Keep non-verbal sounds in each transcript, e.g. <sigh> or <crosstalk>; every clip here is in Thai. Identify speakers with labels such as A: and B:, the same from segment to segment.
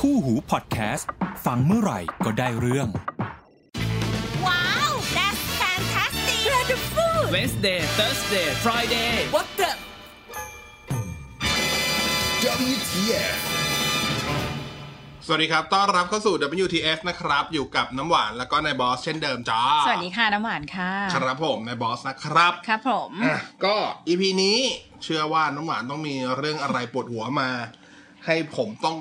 A: คู่หูพอดแคสต์ ฟังเมื่อไหร่ก็ได้เรื่อง
B: Wow, that's fantastic! Wonderful!
C: Wednesday, Thursday, Friday
B: What the?
D: WTF
E: สวัสดีครับ ต้อนรับเข้าสู่ WTF นะครับ อยู่กับน้ำหวานแล้วก็นายบอสเช่นเดิมจ้า
F: สวัสดีค่ะน้ำหวานค่ะ
E: ครับผมนายบอสนะครับ
F: ครับผม
E: อ่ะก็ EP นี้เชื่อว่าน้ำหวานต้องมีเรื่องอะไรปวดหัวมา ให้ผมต้อง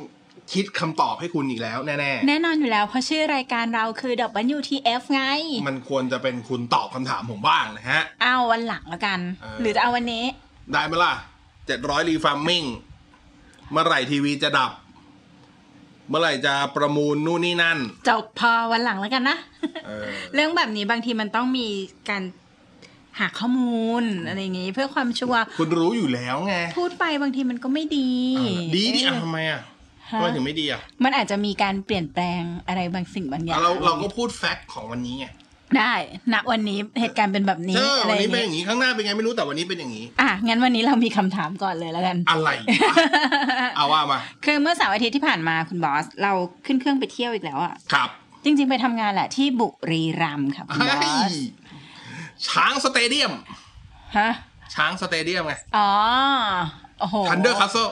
E: คิดคำตอบให้คุณอีกแล้วแน่
F: แน่นอนอยู่แล้วเพราะชื่อรายการเราคือ WTF ไง
E: ๆ มันควรจะเป็นคุณตอบคำถามผมบ้างนะฮะ
F: เอาวันหลังแล้วกัน
E: เออ
F: หรือจะเอาวันนี้
E: ได้ไหมล่ะ 700 รีฟาร์มมิ่ง เมื่อไหร่ทีวีจะดับ เมื่อไหร่จะประมูลนู่นนี่นั่น
F: จบพอวันหลังแล้วกันนะ
E: เออ
F: เรื่องแบบนี้บางทีมันต้องมีการหาข้อมูลอะไรอย่างงี้ เพื่อความชัวร์
E: คุณรู้อยู่แล้วไง
F: พูดไปบางทีมันก็ไม่ดี
E: อ่ะดีดิอ่ะ
F: เออ
E: ทำไมอ่ะ
F: ฮะ
E: ทำไมถึงไม่ดีอ่ะ
F: มันอาจจะมีการเปลี่ยนแปลงอะไรบางสิ่งบางอย่า
E: อ่ะ
F: ง
E: เราเราก็พูดแฟกต์ของวันนี้ไง
F: ได้ณวันนี้เหตุการณ์เป็นแบบนี้
E: เออ
F: อะไร
E: วัน
F: อ
E: นี้
F: ย่าง
E: เป็นอย่า
F: งี้
E: งนี้ข้างหน้าเป็นไงไม่รู้แต่วันนี้เป็นอย่างนี้
F: อ่ะงั้นวันนี้เรามีคำถามก่อนเลยแล้วกัน
E: อะไรว
F: <laughs>
E: ะ เอาว่ามา
F: คือเมื่อเสาร์อาทิตย์ที่ผ่านมาคุณบอส เราขึ้นเครื่องไปเที่ยวอีกแล้วอ่ะ
E: ครับ
F: จริงๆ ไปทำงานแหละที่บุรีรัมย์ค่ะคุณบอ
E: เฮ้ย
F: ส
E: ช้างสเตเดียม
F: ฮะ
E: ช้างสเตเดียมไง
F: อ๋อโอ้โห
E: ทันเดอร์คัสเซิล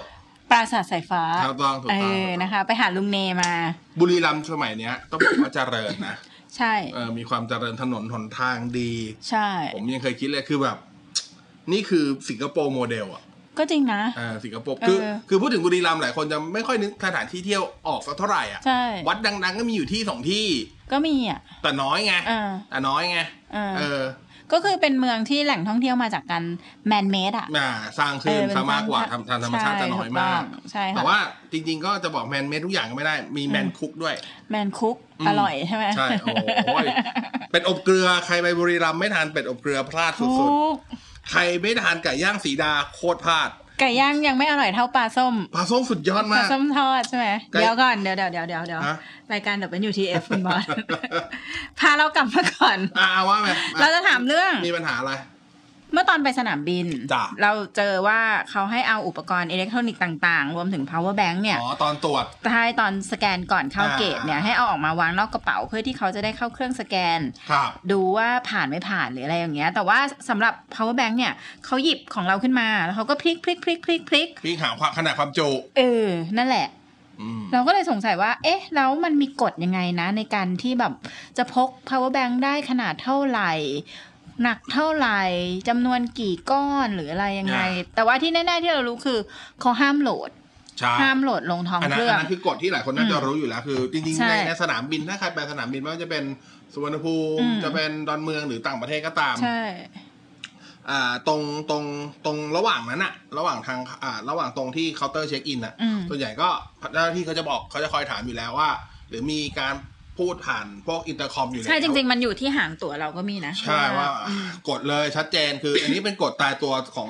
F: ปราสาทสายฟ้า
E: ถูกต้องถูกต้อง
F: เออนะคะ ไปหาลุงเนมา
E: บุรีรัมย์สมัยเนี้ย ต้องบอกว่าเจริญนะ
F: ใช่
E: เออมีความเจริญถนนหนทางดี
F: ใช่
E: ผมยังเคยคิดเลยคือแบบ นี่คือสิงคโปร์โมเดลอ่ะ
F: ก็จริงนะ
E: เออสิงคโปร์คือ
F: เออ
E: คือพูดถึงบุรีรัมย์หลายคนจะไม่ค่อยนึกสถานที่เที่ยวออกสักเท่าไหร่อ่ะ
F: ใช่
E: วัดดัง ๆ ก็มีอยู่ที่สองที่
F: ก็มีอ่ะ
E: แต่น้อยไง
F: เออ
E: แต่น้อยไง
F: เออ
E: เออ
F: ก็คือเป็นเมืองที่แหล่งท่องเที่ยวมาจากการแมนเมดอ่ะ
E: น่าสร้าง
F: เอ
E: ขึ้น
F: อเป็น
E: ซะมากกว่า
F: สร้าง
E: ทำทางธรรมชาติ
F: ใช่
E: จะน้อยมาก
F: ถูกต้องใช่ค่ะ
E: แต่ว่าจริงๆก็จะบอกแมนเมดทุกอย่างก็ไม่ได้ มีแมนคุกด้วย
F: แมนคุก
E: อืม
F: อร่อยใช่ไหม
E: ใช่ โอ้ยเป็ดอบเกลือ ใครไปบุรีรัมย์ไม่ทานเป็ดอบเกลือพลาด
F: ถู
E: สุด
F: ก
E: ๆ ใครไม่ทานไก่ย่างสีดาโคตรพลาด
F: ไก่ย่างยังไม่อร่อยเท่าปลาส้ม
E: ปลาส้มสุดยอ
F: ปลาม
E: ดาก
F: ส้มทอดใช่ไหม
E: ไก่
F: เดี๋ยวก่อนเดี๋ยวเดี๋ยวเดี๋ยวเดี๋ยวเดี๋ยว
E: ฮะ
F: รายการ WTF คุณบอส <laughs> พาเรากลับมาก่อน
E: อ่าว่าไหม
F: เราจะถามเรื่อง
E: มีปัญหาอะไร
F: เมื่อตอนไปสนามบิน
E: จ้ะ
F: เราเจอว่าเขาให้เอาอุปกรณ์อิเล็กทรอนิกส์ต่างๆ รวมถึง power bank เนี่ย
E: อ๋อตอนตรวจ
F: ท้ายตอนสแกนก่อนเข้า
E: อ่า
F: เกตเนี่ยให้เอาออกมาวางนอกกระเป๋าเพื่อที่เขาจะได้เข้าเครื่องสแกน
E: ครับ
F: ดูว่าผ่านไม่ผ่านหรืออะไรอย่างเงี้ย แต่ว่าสำหรับ power bank เนี่ยเขาหยิบของเราขึ้นมา แล้วเขาก็พลิกพลิกพลิกพลิกพลิก
E: พี่หาความขนาดความจุ
F: เออ นั่นแหละ
E: อืม
F: เราก็เลยสงสัยว่า เอ๊ะ แล้วมันมีกฎยังไงนะ ในการที่แบบจะพก power bank ได้ขนาดเท่าไหร่ หนักเท่าไหร่จำนวนกี่ก้อนหรืออะไรยังไง แต่ว่าที่แน่ ๆ ที่เรารู้คือเขาห้ามโหลด
E: ใช่
F: ห้ามโหลดลงท้อง
E: อันนั้
F: เคน รื่อ
E: อัน
F: ง
E: นั้นคือกฎที่หลายคนน่าจะรู้อยู่แล้วคือ จริง
F: ใช่
E: ๆในในสนามบินถ้าใครไปสนามบินไม่ว่าจะเป็นสุวรรณภู
F: อื
E: มิ
F: ม
E: จะเป็นดอนเมืองหรือต่างประเทศก็ตาม
F: ใช่
E: อ่าตรงตรงตรงระหว่างนั้นอะระหว่างทางอ่าระหว่างตรงที่เคาน์เตอร์เช็คอินอะ
F: อืม
E: ส่วนใหญ่ก็เจ้าหน้าที่เขาจะบอกเขาจะคอยถามอยู่แล้วว่า หรือมีการพูดผ่านพวกอินเตอร์คอมอยู่แล้ว
F: ใช่จริง ๆ มันอยู่ที่หางตั๋วเราก็มีนะ
E: ใช่ว่า
F: อืม
E: กฎเลยชัดเจนคือ อันนี้เป็นกฎตายตัวของ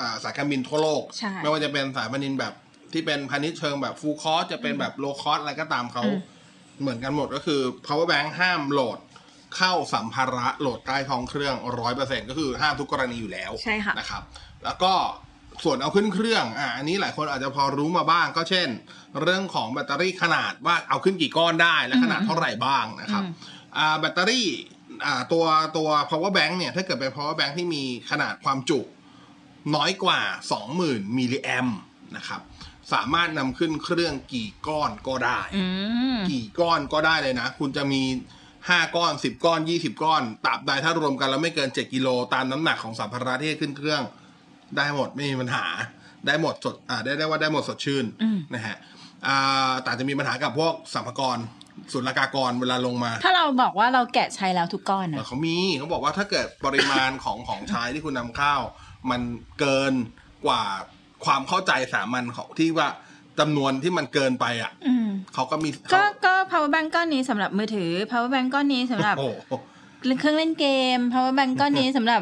E: อ่าสายการบินทั่วโลก
F: ใช่
E: ไม่ว่าจะเป็นสายการบินแบบที่เป็นพาณิชย์เชิงแบบฟูลคอสจะเป็นแบบโลคอสอะไรก็ตามเขา เหมือนกันหมดก็คือ power bank ห้ามโหลดเข้าสัมภาระโหลดใต้ท้องเครื่องร้อยเปอร์เซ็นก็คือห้ามทุกกรณีอยู่แล้ว
F: ใช่ค่ะ
E: นะครับ แล้วก็ส่วนเอาขึ้นเครื่องอ่ะอันนี้หลายคนอาจจะพอรู้มาบ้าง ก็เช่น เรื่องของแบตเตอรี่ขนาดว่าเอาขึ้นกี่ก้อนได้และขนาดเท่าไหร่บ้างนะครับอ่าแบตเตอรี่อ่าตัวตัว power bank เนี่ยถ้าเกิดเป็น power bank ที่มีขนาดความจุ น้อยกว่า 20,000มิลลิแอมนะครับสามารถนำขึ้นเครื่องกี่ก้อนก็ได้
F: อืม
E: กี่ก้อนก็ได้เลยนะ คุณจะมีห้าก้อนสิบก้อนยี่สิบก้อนตราบใดถ้ารวมกันแล้วไม่เกินเจ็ดกิโลตามน้ำหนักของสัมภาระที่ให้ขึ้นเครื่อง ได้หมดไม่มีปัญหาได้หมดสดอ่าได้ได้ว่าได้หมดสดชื่น
F: อืม
E: นะฮะอ่าแต่จะมีปัญหากับพวกสัมภากรศุลกากรเวลาลงมา
F: ถ้าเราบอกว่าเราแกะใช้แล้วทุกก้อน
E: แต่
F: นะ
E: เขามีเขาบอกว่าถ้าเกิดปริมาณ <coughs> ของของใช้ที่คุณนำเข้า มันเกินกว่าความเข้าใจสามัญของที่ว่าจำนวนที่มันเกินไปอ่ะ
F: อืม
E: เขาก็มี
F: ก็ก็ power bank ก้อนนี้สำหรับมือถือ power bank ก้อนนี้สำหรับ
E: โอ้โห
F: เครื่องเล่นเกม power bank ก้อนนี้สำหรับ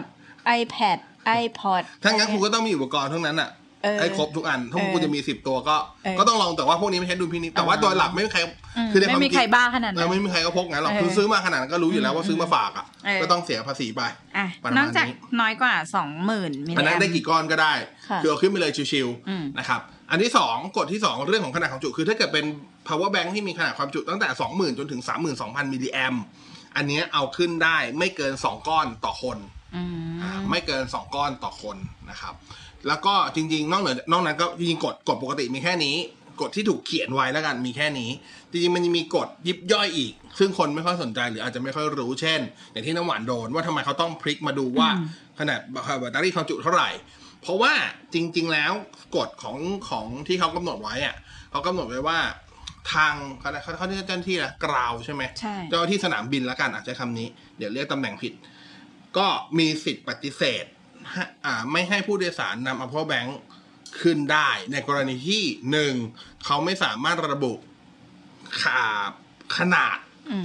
F: iPad iPod
E: ถ้างั้นคุณก็ต้องมีอุปกรณ์ทั้งนั้นอ่ะ
F: เออ
E: ให้ครบทุกอัน ถ้าคุณจะมีสิบตัวก็
F: เออ
E: ก็ต้องลองแต่ว่าพวกนี้ไม่ใช่ดุลพินิจแต่ว่า
F: อ่า
E: โดยหลักไม่มีใคร
F: อืม
E: คือใน
F: ไม่
E: ว
F: มี
E: จง
F: ใครบ้าขนาด
E: เอ
F: นั้
E: อน ไม่มีใครก็พกงั้นหรอก
F: เออ
E: คือซื้อมาขนาดนั้นก็รู้อยู่แล้วว่าซื้อมาฝากอ่ะ
F: เออ
E: ก็ต้องเสียภาษีไป
F: อ่ะ
E: ประมาณนี้
F: นอกจากน้อยกว่าสองหมื่นมิล
E: อัน
F: ลิ
E: นั้
F: แอน ม
E: ได้กี่ก้อนก็ได้
F: ค่ะ
E: อเอาขึ้นไปเลยชิว
F: อืม
E: ๆนะครับ อันที่สองกฎที่สองเรื่องของขนาดความจุคือถ้าเกิดเป็น power bank ที่มีขนาดความจุตั้งแต่ 20,000 จนถึง 32,000 มิลลิแอมอันเนี้ยเอาขึ้นได้ไม่เกิน 2 ก้อนต่อคน
F: อืม
E: อ่าไม่เกิน 2 ก้อนต่อคนนะครับ แล้วก็จริงๆ นอกเหนือนอกนั้นก็จริงๆกฎกฎปกติมีแค่นี้ กฎที่ถูกเขียนไว้แล้วกันมีแค่นี้ จริงๆมันยังมีกฎยิบย่อยอีก ซึ่งคนไม่ค่อยสนใจหรืออาจจะไม่ค่อยรู้เช่นอย่างที่น้ำหวานโดนว่าทำไมเขาต้องพลิกมาดูว่าขนาดแบตเตอรี่ความจุเท่าไหร่ เพราะว่าจริง ๆ แล้วกฎของของที่เขากำหนดไว้อะเขากำหนดไว้ว่าทางเขาเขาเขาเรียกเจ้าหน้าที่ละกราวใช่ไหม
F: ใช่
E: เจ้าหน้าที่สนามบินละกันอาจจะใช้คำนี้ เดี๋ยวเรียกตำแหน่งผิด ก็มีสิทธิ์ปฏิเสธฮะอ่าไม่ให้ผู้โดยสารนำอัพเปอร์แบงค์ขึ้นได้ ในกรณีที่หนึ่งเขาไม่สามารถระบุขาขนาด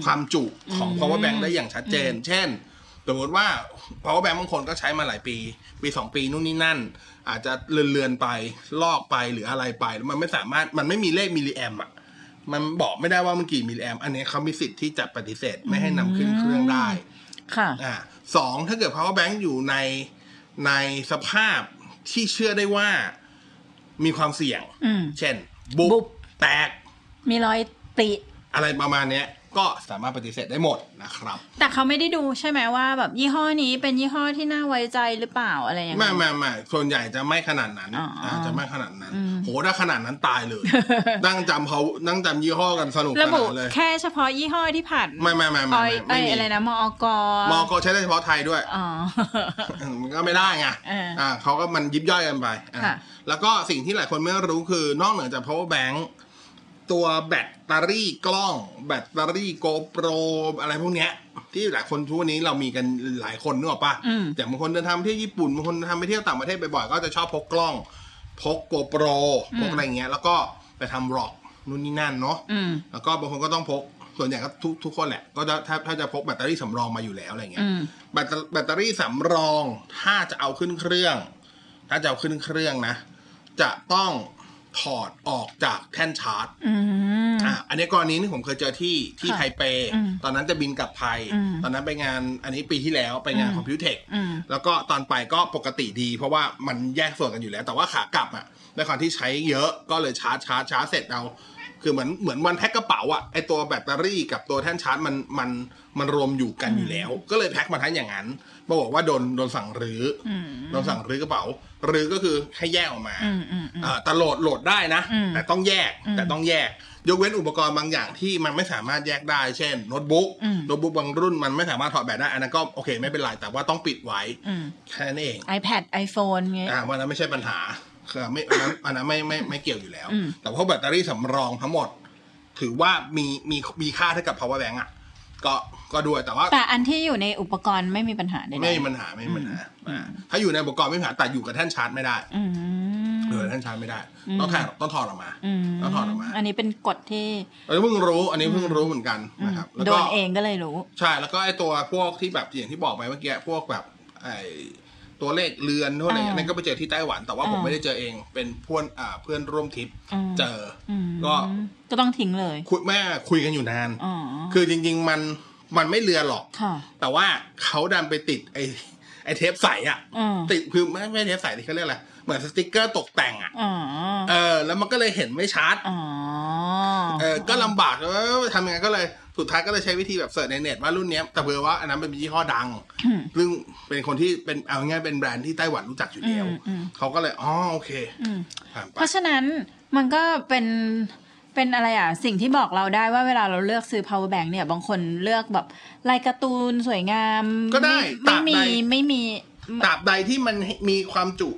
E: ความจุของ power bank ได้อย่างชัดเจน เช่น สมมติว่า power bank บางคนก็ใช้มาหลายปี ปีสองปีนู่นนี่นั่น อาจจะเลือนๆไป ลอกไปหรืออะไรไปแล้วมันไม่สามารถมันไม่มีเลขมิลลิแอมอะมันบอกไม่ได้ว่ามันกี่มิลลิแอมอันนี้เขามีสิทธิ์ที่จะปฏิเสธไม่ให้นำขึ้นเครื่องได้
F: ค่ะ
E: อ่าสองถ้าเกิด power bank อยู่ในในสภาพที่เชื่อได้ว่ามีความเสี่ยง
F: อืม
E: เช่น บุ
F: บุ
E: บบ แตก
F: มีรอยติ
E: อะไรประมาณเนี้ย ก็สามารถปฏิเสธได้หมดนะครับ
F: แต่เขาไม่ได้ดูใช่ไหมว่า แบบยี่ห้อนี้เป็นยี่ห้อที่น่าไว้ใจหรือเปล่าอะไรอย่าง
E: ไม่
F: เงี้ย
E: ไม่ไม่ส่วนใหญ่จะไม่ขนาดนั้น
F: อ๋ออ่
E: าจะไม่ขนาดนั้น โหถ้าขนาดนั้นตาย
F: <laughs>
E: เลย นั่งจำเขานั่งจำยี่ห้อกันสนุกส
F: ระบุ
E: นานเลย
F: แค่เฉพาะยี่ห้อที่ผ่าน
E: ไม่ไม่ไม่
F: อ
E: ไม่
F: อย
E: ไม่
F: เอ้ย
E: มี
F: อะไรนะมอก
E: มอกใช้ได้เฉพาะไทยด้วย
F: อ๋อ
E: มันก็ไม่ได้ไง
F: เอออ่
E: ่าเขาก็มันยิบย่อยกันไปอ่ะ
F: ค่ะ
E: แล้วก็สิ่งที่หลายคนไม่รู้คือนอกเหนือจาก power bank ตัวแบตเตอรี่กล้อง แบตเตอรี่ GoPro อะไรพวกเนี้ย ที่หลายคนทุกวันนี้เรามีกันหลายคนนึกออกปะอย่างบางคนเดินทางไปเที่ยวญี่ปุ่นบางคนทำไปเที่ยวต่างประเทศบ่อยๆก็จะชอบพกกล้อง พก GoPro พกอะไรเงี้ย แล้วก็ไปทำร็อกนู่นนี่นั่นเนาะ
F: อืม
E: แล้วก็บางคนก็ต้องพก ส่วนใหญ่ก็ทุกทุกคนแหละ ก็จะถ้าถ้าจะพกแบตเตอรี่สำรองมาอยู่แล้วอะไรเงี้
F: อื
E: ย
F: ม
E: แบตเตอแบตเตอรี่สำรองถ้าจะเอาขึ้นเครื่อง ถ้าจะเอาขึ้นเครื่องนะ จะต้องถอดออกจากแท่นชาร์จ
F: อืม
E: อ่ะอันนี้กรณีนี่ผมเคยเจอที่ที่
F: ค่ะ
E: ไทเป
F: อืม
E: ตอนนั้นจะบินกลับไทย
F: อืม
E: ตอนนั้นไปงานอันนี้ปีที่แล้วไปงาน
F: อืม
E: คอมพิวเทค
F: อืม
E: แล้วก็ตอนไปก็ปกติดี เพราะว่ามันแยกส่วนกันอยู่แล้ว แต่ว่าขากลับอ่ะในความที่ใช้เยอะก็เลยชาร์จชาร์จชาร์จเสร็จเราคือเหมือนเหมือนวันแพ็คกระเป๋าอ่ะไอตัวแบตเตอรี่กับตัวแท่นชาร์จมันมันมันรวมอยู่กันอยู่แล้ว ก็เลยแพ็คมาทั้งอย่างนั้นปรากฏว่าโดนโดนสั่งรื้ออ
F: ม
E: โดนสั่งรื้อกระเป๋ารื้อก็คือให้แยกออกมา
F: อืมอืมอืม
E: เอ่อแต่โหลดโหลดได้นะ
F: อืม
E: แต่ต้องแยก
F: อืม
E: แต่ต้องแยก ยกเว้นอุปกรณ์บางอย่างที่มันไม่สามารถแยกได้ เช่นโน้ตบุ๊ก
F: อืม
E: โน้ตบุ๊กบางรุ่นมันไม่สามารถถอดแบตได้อันนั้นก็โอเคไม่เป็นไร แต่ว่าต้องปิดไว้
F: อืม
E: แค่นั้นเอง
F: iPad iPhone เงี้ย
E: อ่าวันนั้นไม่ใช่ปัญหาคือไม่อันนั้นอันนั้นไม่ไม่ไม่เกี่ยวอยู่แล้ว
F: อืม
E: แต่พวกแบตเตอรี่สำรองทั้งหมด ถือว่ามีมีมีค่าเท่ากับ power bank อ่ะก็ก็ด้วยแต่ว่า
F: แต่อันที่อยู่ในอุปกรณ์ไม่มีปัญหาใดๆ
E: ไม่มีปัญหาไม่มีปัญหาอ่าถ้าอยู่ในอุปกรณ์ไม่มีปัญหาแต่อยู่กับแท่นชาร์จไม่ได้
F: อืม
E: อยู่กับแท่นชาร์จไม่ได้ ต้องถ่ายต้องถอดออกมา
F: ม
E: ต้องถอดออกมา
F: นนี้เป็นกฎที่
E: เออเพิ่งรู้อันนี้เพิ่งรู้เหมือนกันนะครับแล้ว
F: โด
E: ก็
F: นเองก็เลยรู้
E: ใช่แล้วก็ไอ้ตัวพวกที่แบบอย่างที่บอกไปเมื่อกี้พวกแบบไอ้ตัวเลขเรือนทั่วอะไรอย่างเงี้ย
F: อ่า
E: นั่นก็ไปเจอที่ไต้หวัน แต่ว่าผม
F: อ่า
E: ไม่ได้เจอเองเป็นเพื่อนอ่าเพื่อนร่วมทริป
F: อืม
E: เจออ
F: ม
E: ก็
F: ก็ต้องทิ้งเลย
E: คุยแม่คุยกันอยู่นาน
F: อ๋อ
E: คือจริง ๆ มันมันไม่เรือนหรอก
F: ค่ะ
E: แต่ว่าเขาดันไปติดไอ้ไอ้เทปใสอ่ะ
F: อืม
E: ติดคือไม่ไม่เทปใสที่เขาเรียกอะไรเหมือนสติกเกอร์ตกแต่งอ่ะ
F: อ๋อ
E: เออแล้วมันก็เลยเห็นไม่ชัด
F: อ๋อ
E: เออก็ลำบากเออทำยังไงก็เลย สุดท้ายก็เลยใช้วิธีแบบเสิร์ชในเน็ตว่ารุ่นเนี้ยแต่เผื่อว่าอันนั้นเป็นยี่ห้อดัง
F: อืม
E: ซึ่งเป็นคนที่เป็นเอาง่ายๆเป็นแบรนด์ที่ไต้หวันรู้จักอยู่แล้ว
F: อืมอืม
E: เขาก็เลย อ๋อ โอเค
F: ม
E: ผ่านไป
F: เพราะฉะนั้นมันก็เป็นเป็นอะไรอ่ะ สิ่งที่บอกเราได้ว่าเวลาเราเลือกซื้อ power bank เนี่ย บางคนเลือกแบบลายการ์ตูนสวยงาม
E: ก็ได้
F: ไม่
E: ตาม
F: ไม่มี
E: ใด
F: ไม่มี
E: ตราบใดที่มันมีความจุ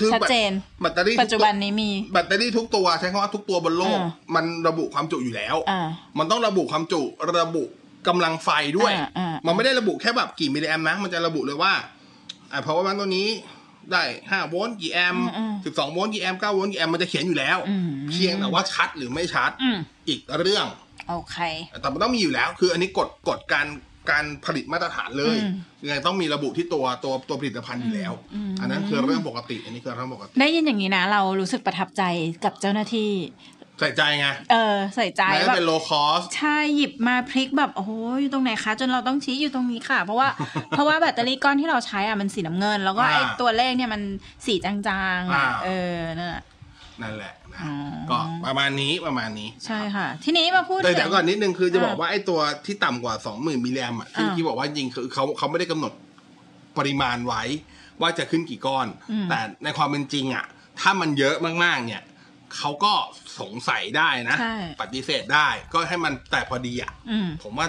E: คือ
F: ชัดเจน
E: แบตเตอรี่ทุก
F: ปัจจุบันนี้มี
E: แบตเตอรี่ทุกตัวใช้คำว่าทุกตัวบนโลก
F: อ่า
E: มันระบุความจุอยู่แล้ว
F: อ่า
E: มันต้องระบุความจุระบุกำลังไฟด้วย
F: อ่าอ่ามั
E: มันไม่ได้ระบุแค่แบบกี่มิลลิแอมนะ มันจะระบุเลยว่าอ่าเพราะว่ามันตัวนี้ได้ห้าโวลต์กี่แอมสิบสองโวลต์กี่แอมเก้าโวลต์กี่แอมมันจะเขียนอยู่แล้ว เพียงแต่ว่าชัดหรือไม่ชัด
F: อืม
E: อีกเรื่อง
F: โอเค
E: แต่มันต้องมีอยู่แล้ว คืออันนี้กฎกฎการการผลิตมาตรฐานเลยยังไงต้องมีระบุที่ตัวตัวตัวผลิตภัณฑ์อยู่แล้ว อันนั้นคือเรื่องปกติ อันนี้คือเรื่องปกติ
F: ได้ยินอย่างนี้นะ เรารู้สึกประทับใจกับเจ้าหน้าที่
E: ใส่ใจไง
F: เออใส่ใจ
E: แม้
F: แบบ
E: เป็นโลคอส
F: ใช่หยิบมาพลิกแบบโอ้โหอยู่ตรงไหนคะ จนเราต้องชี้อยู่ตรงนี้ค่ะ เพราะว่า เพราะว่าแบตเตอรี่ก้อนที่เราใช้อ่ะมันสีน้ำเงิน แล้วก็
E: อ่า
F: ไอ้ตัวเลขเนี่ยมันสีจางๆอ่ะ
E: อ่า
F: เออนั่นแหละ
E: นั่นแหละ นะ
F: อ๋อ
E: ก็ประมาณนี้ประมาณนี้
F: ใช่ค่ะ ทีนี้มาพูด
E: แต่เดี๋ยวก่อน
F: ถึง
E: นิดนึงคือจะ
F: อ่า
E: บอกว่าไอ้ตัวที่ต่ำกว่า 20,000มิลลิแอมอะที่
F: อ่า
E: ที่บอกว่าจริงคือเขาเขาไม่ได้กำหนดปริมาณไว้ว่าจะขึ้นกี่ก้อน
F: อืม
E: แต่ในความเป็นจริงอะถ้ามันเยอะมากๆเนี่ยเขาก็สงสัยได้นะ
F: ใช่
E: ปฏิเสธได้ก็ให้มันแต่พอดีอะ
F: อืม
E: ผมว่า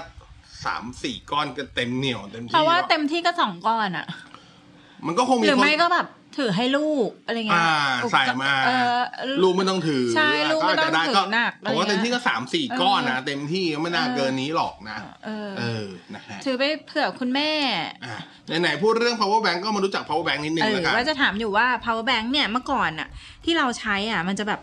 E: สามสี่ก้อนก็เต็มเหนียวเต็มที่
F: เพราะว่า
E: แล้ว
F: เต็มที่ก็สองก้อนอ่ะ
E: มันก็คงมี
F: หรือ
E: คน
F: ไม่ก็แบบถือให้ลูกอะไรเงี้ย
E: อ่าใส่มา
F: เออ
E: ลูกไม่ต้องถือ
F: ใช่ลูกไม่ต้อง
E: าจจะด้
F: ถือหนัก
E: ผมว่า
F: อะไรเงี้ย
E: เต็มที่ก็สามสี่
F: เออ
E: ก้อนนะเต็มที่ไม่น่า
F: เออ
E: เกินนี้หรอกนะ
F: เออ
E: เออนะฮะ
F: ถือไปเผื่อคุณแม่
E: อ่ะไหนๆพูดเรื่อง power bank ก็มารู้จัก power bank นิดนึ
F: เอง อ
E: แล้วกัน
F: ว่าจะถามอยู่ว่า power bank เนี่ยเมื่อก่อนอะที่เราใช้อ่ะ มันจะแบบ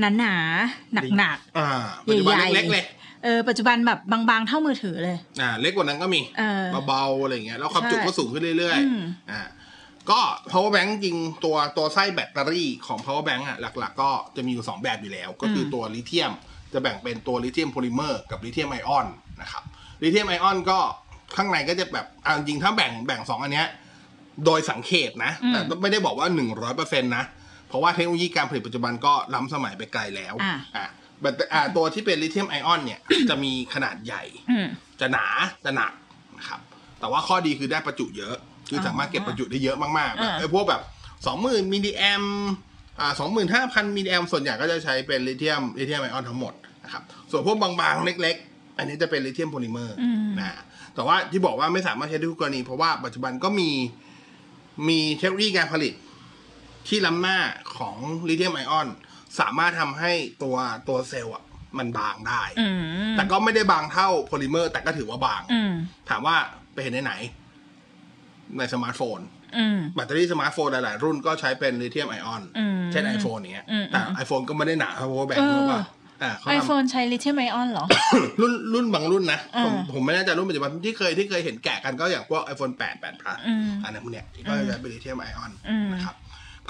F: หนาหนาๆหนักหนัก
E: อ่าปัจจุบัน
F: ใหญ่ๆ
E: เล็กๆเลย
F: ๆเออปัจจุบันแบบบางๆ เท่ามือถือเลย
E: อ่าเล็กกว่านั้นก็มี
F: เออ
E: เบาๆอะไรอย่างเงี้ยแล้วความจุ
F: ใช่
E: ก็สูงขึ้นเรื่อย
F: อืม
E: ๆอ่าก็ power bank จริงๆตัวตัวไส้แบตเตอรี่ของ power bank อ่ะหลักๆ ก็จะมีอยู่สองแบบอยู่แล้ว ก็คือตัวลิเธียมจะแบ่งเป็นตัวลิเธียมโพลิเมอร์กับลิเธียมไอออนนะครับ ลิเธียมไอออนก็ข้างในก็จะแบบเอาจริงๆถ้าแบ่งแบ่งสองอันเนี้ยโดยสังเขปนะ
F: อืม
E: แต่ไม่ได้บอกว่า 100%นะ เพราะว่าเทคโนโลยีการผลิตปัจจุบันก็ล้ำสมัยไปไกลแล้ว
F: อ่ะ
E: อ่ะแต่อ่ะตัวที่เป็นลิเธียมไอออนเนี่ย จะมีขนาดใหญ่
F: อืม
E: จะหนาจะหนักนะครับแต่ว่าข้อดีคือได้ประจุเยอะ คืออ
F: อ
E: สามารถเก็บประจุได้เยอะมากๆแบบ
F: อ่า
E: ไอ้พวกแบบสองหมื่นมิลลิแอมอ่าสองหมื่นห้าพันมิลลิแอมส่วนใหญ่ก็จะใช้เป็นลิเธียมลิเธียมไอออนทั้งหมดนะครับส่วนพวกบางๆ เล็กๆ อันนี้จะเป็นลิเธียมโพลิเมอร์นะแต่ว่าที่บอกว่าไม่สามารถใช้ได้ทุกกรณี เพราะว่าปัจจุบันก็มีมีเทคโนโลยีการผลิต ที่ล้ำหน้าของลิเธียมไอออนสามารถทำให้ตัวตัวเซลล์อะมันบางได้
F: อืม
E: แต่ก็ไม่ได้บางเท่าโพลิเมอร์ แต่ก็ถือว่าบาง
F: อืม
E: ถามว่าไปเห็นไหนๆในสมาร์ทโฟน
F: อืม
E: แบตเตอรี่สมาร์ทโฟนหลาย ๆ รุ่นก็ใช้เป็นลิเธียมไอออน
F: อืม
E: เช่น iPhone เนี้ย
F: อืม
E: แต่ iPhone ก็ไม่ได้หนาเท่า power bank
F: เออ
E: หรือเปล่าอ่าเขา
F: ไอ
E: ทำ
F: โฟนใช้ลิเธียมไอออนเหรอ
E: <coughs> รุ่นรุ่นบางรุ่นนะ
F: อ่า
E: ผมผมไม่แน่ใจรุ่นปัจจุบันที่เคยที่เคยเห็นแกะกันก็อย่างพวก iPhone 8 8 Plus
F: อืม
E: อันนั้นพวกเนี้ยที่ก็จะเป็นลิเธียมไอออน
F: อืม
E: นะครับ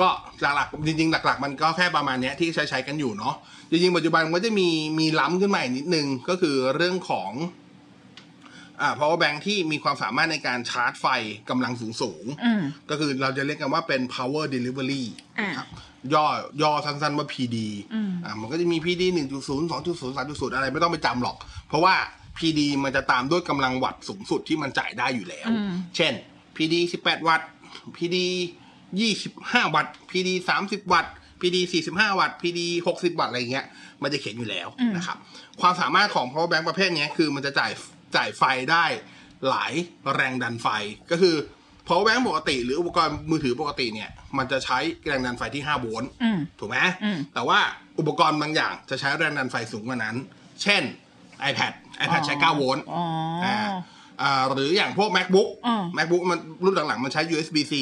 E: ก็หลักๆจริงๆ หลัก ๆ มันก็แค่ประมาณเนี้ยที่ใช้ใช้กันอยู่เนาะจริงๆ ปัจจุบันมันก็จะมีมีล้ำขึ้นมาอีกนิดนึง ก็คือเรื่องของอ่า power bank ที่มีความสามารถในการชาร์จไฟกำลังสูงสูงๆ
F: อืม
E: ก็คือเราจะเรียกกันว่าเป็น power delivery
F: อ่า
E: นะครับ ย่อย่อสั้นๆว่า PD
F: อืม
E: อ่ามันก็จะมี PD 1.0 2.0 3.0 อะไรไม่ต้องไปจำหรอก เพราะว่า PD มันจะตามด้วยกำลังวัตต์สูงสุดที่มันจ่ายได้อยู่แล้ว
F: อืม
E: เช่น PD 18 วัตต์ PD 25 วัตต์ PD 30 วัตต์ PD 45 วัตต์ PD 60 วัตต์อะไรเงี้ย มันจะเขียนอยู่แล้วนะครับ ความสามารถของ power bank ประเภทเนี้ยคือมันจะจ่ายจ่ายไฟได้หลายแรงดันไฟ ก็คือ power bank ปกติ หรืออุปกรณ์มือถือปกติเนี่ย มันจะใช้แรงดันไฟที่ 5 โวลต์
F: อืม
E: ถูกไหม
F: อืม
E: แต่ว่าอุปกรณ์บางอย่างจะใช้แรงดันไฟสูงกว่านั้น เช่น iPad
F: อ๋
E: iPad
F: อ
E: ใช้ 9 โวลต์
F: อ๋ออ่
E: าอ่าหรืออย่างพวก MacBook
F: อ่า
E: MacBook มันรุ่นหลังๆ มันใช้ USB-C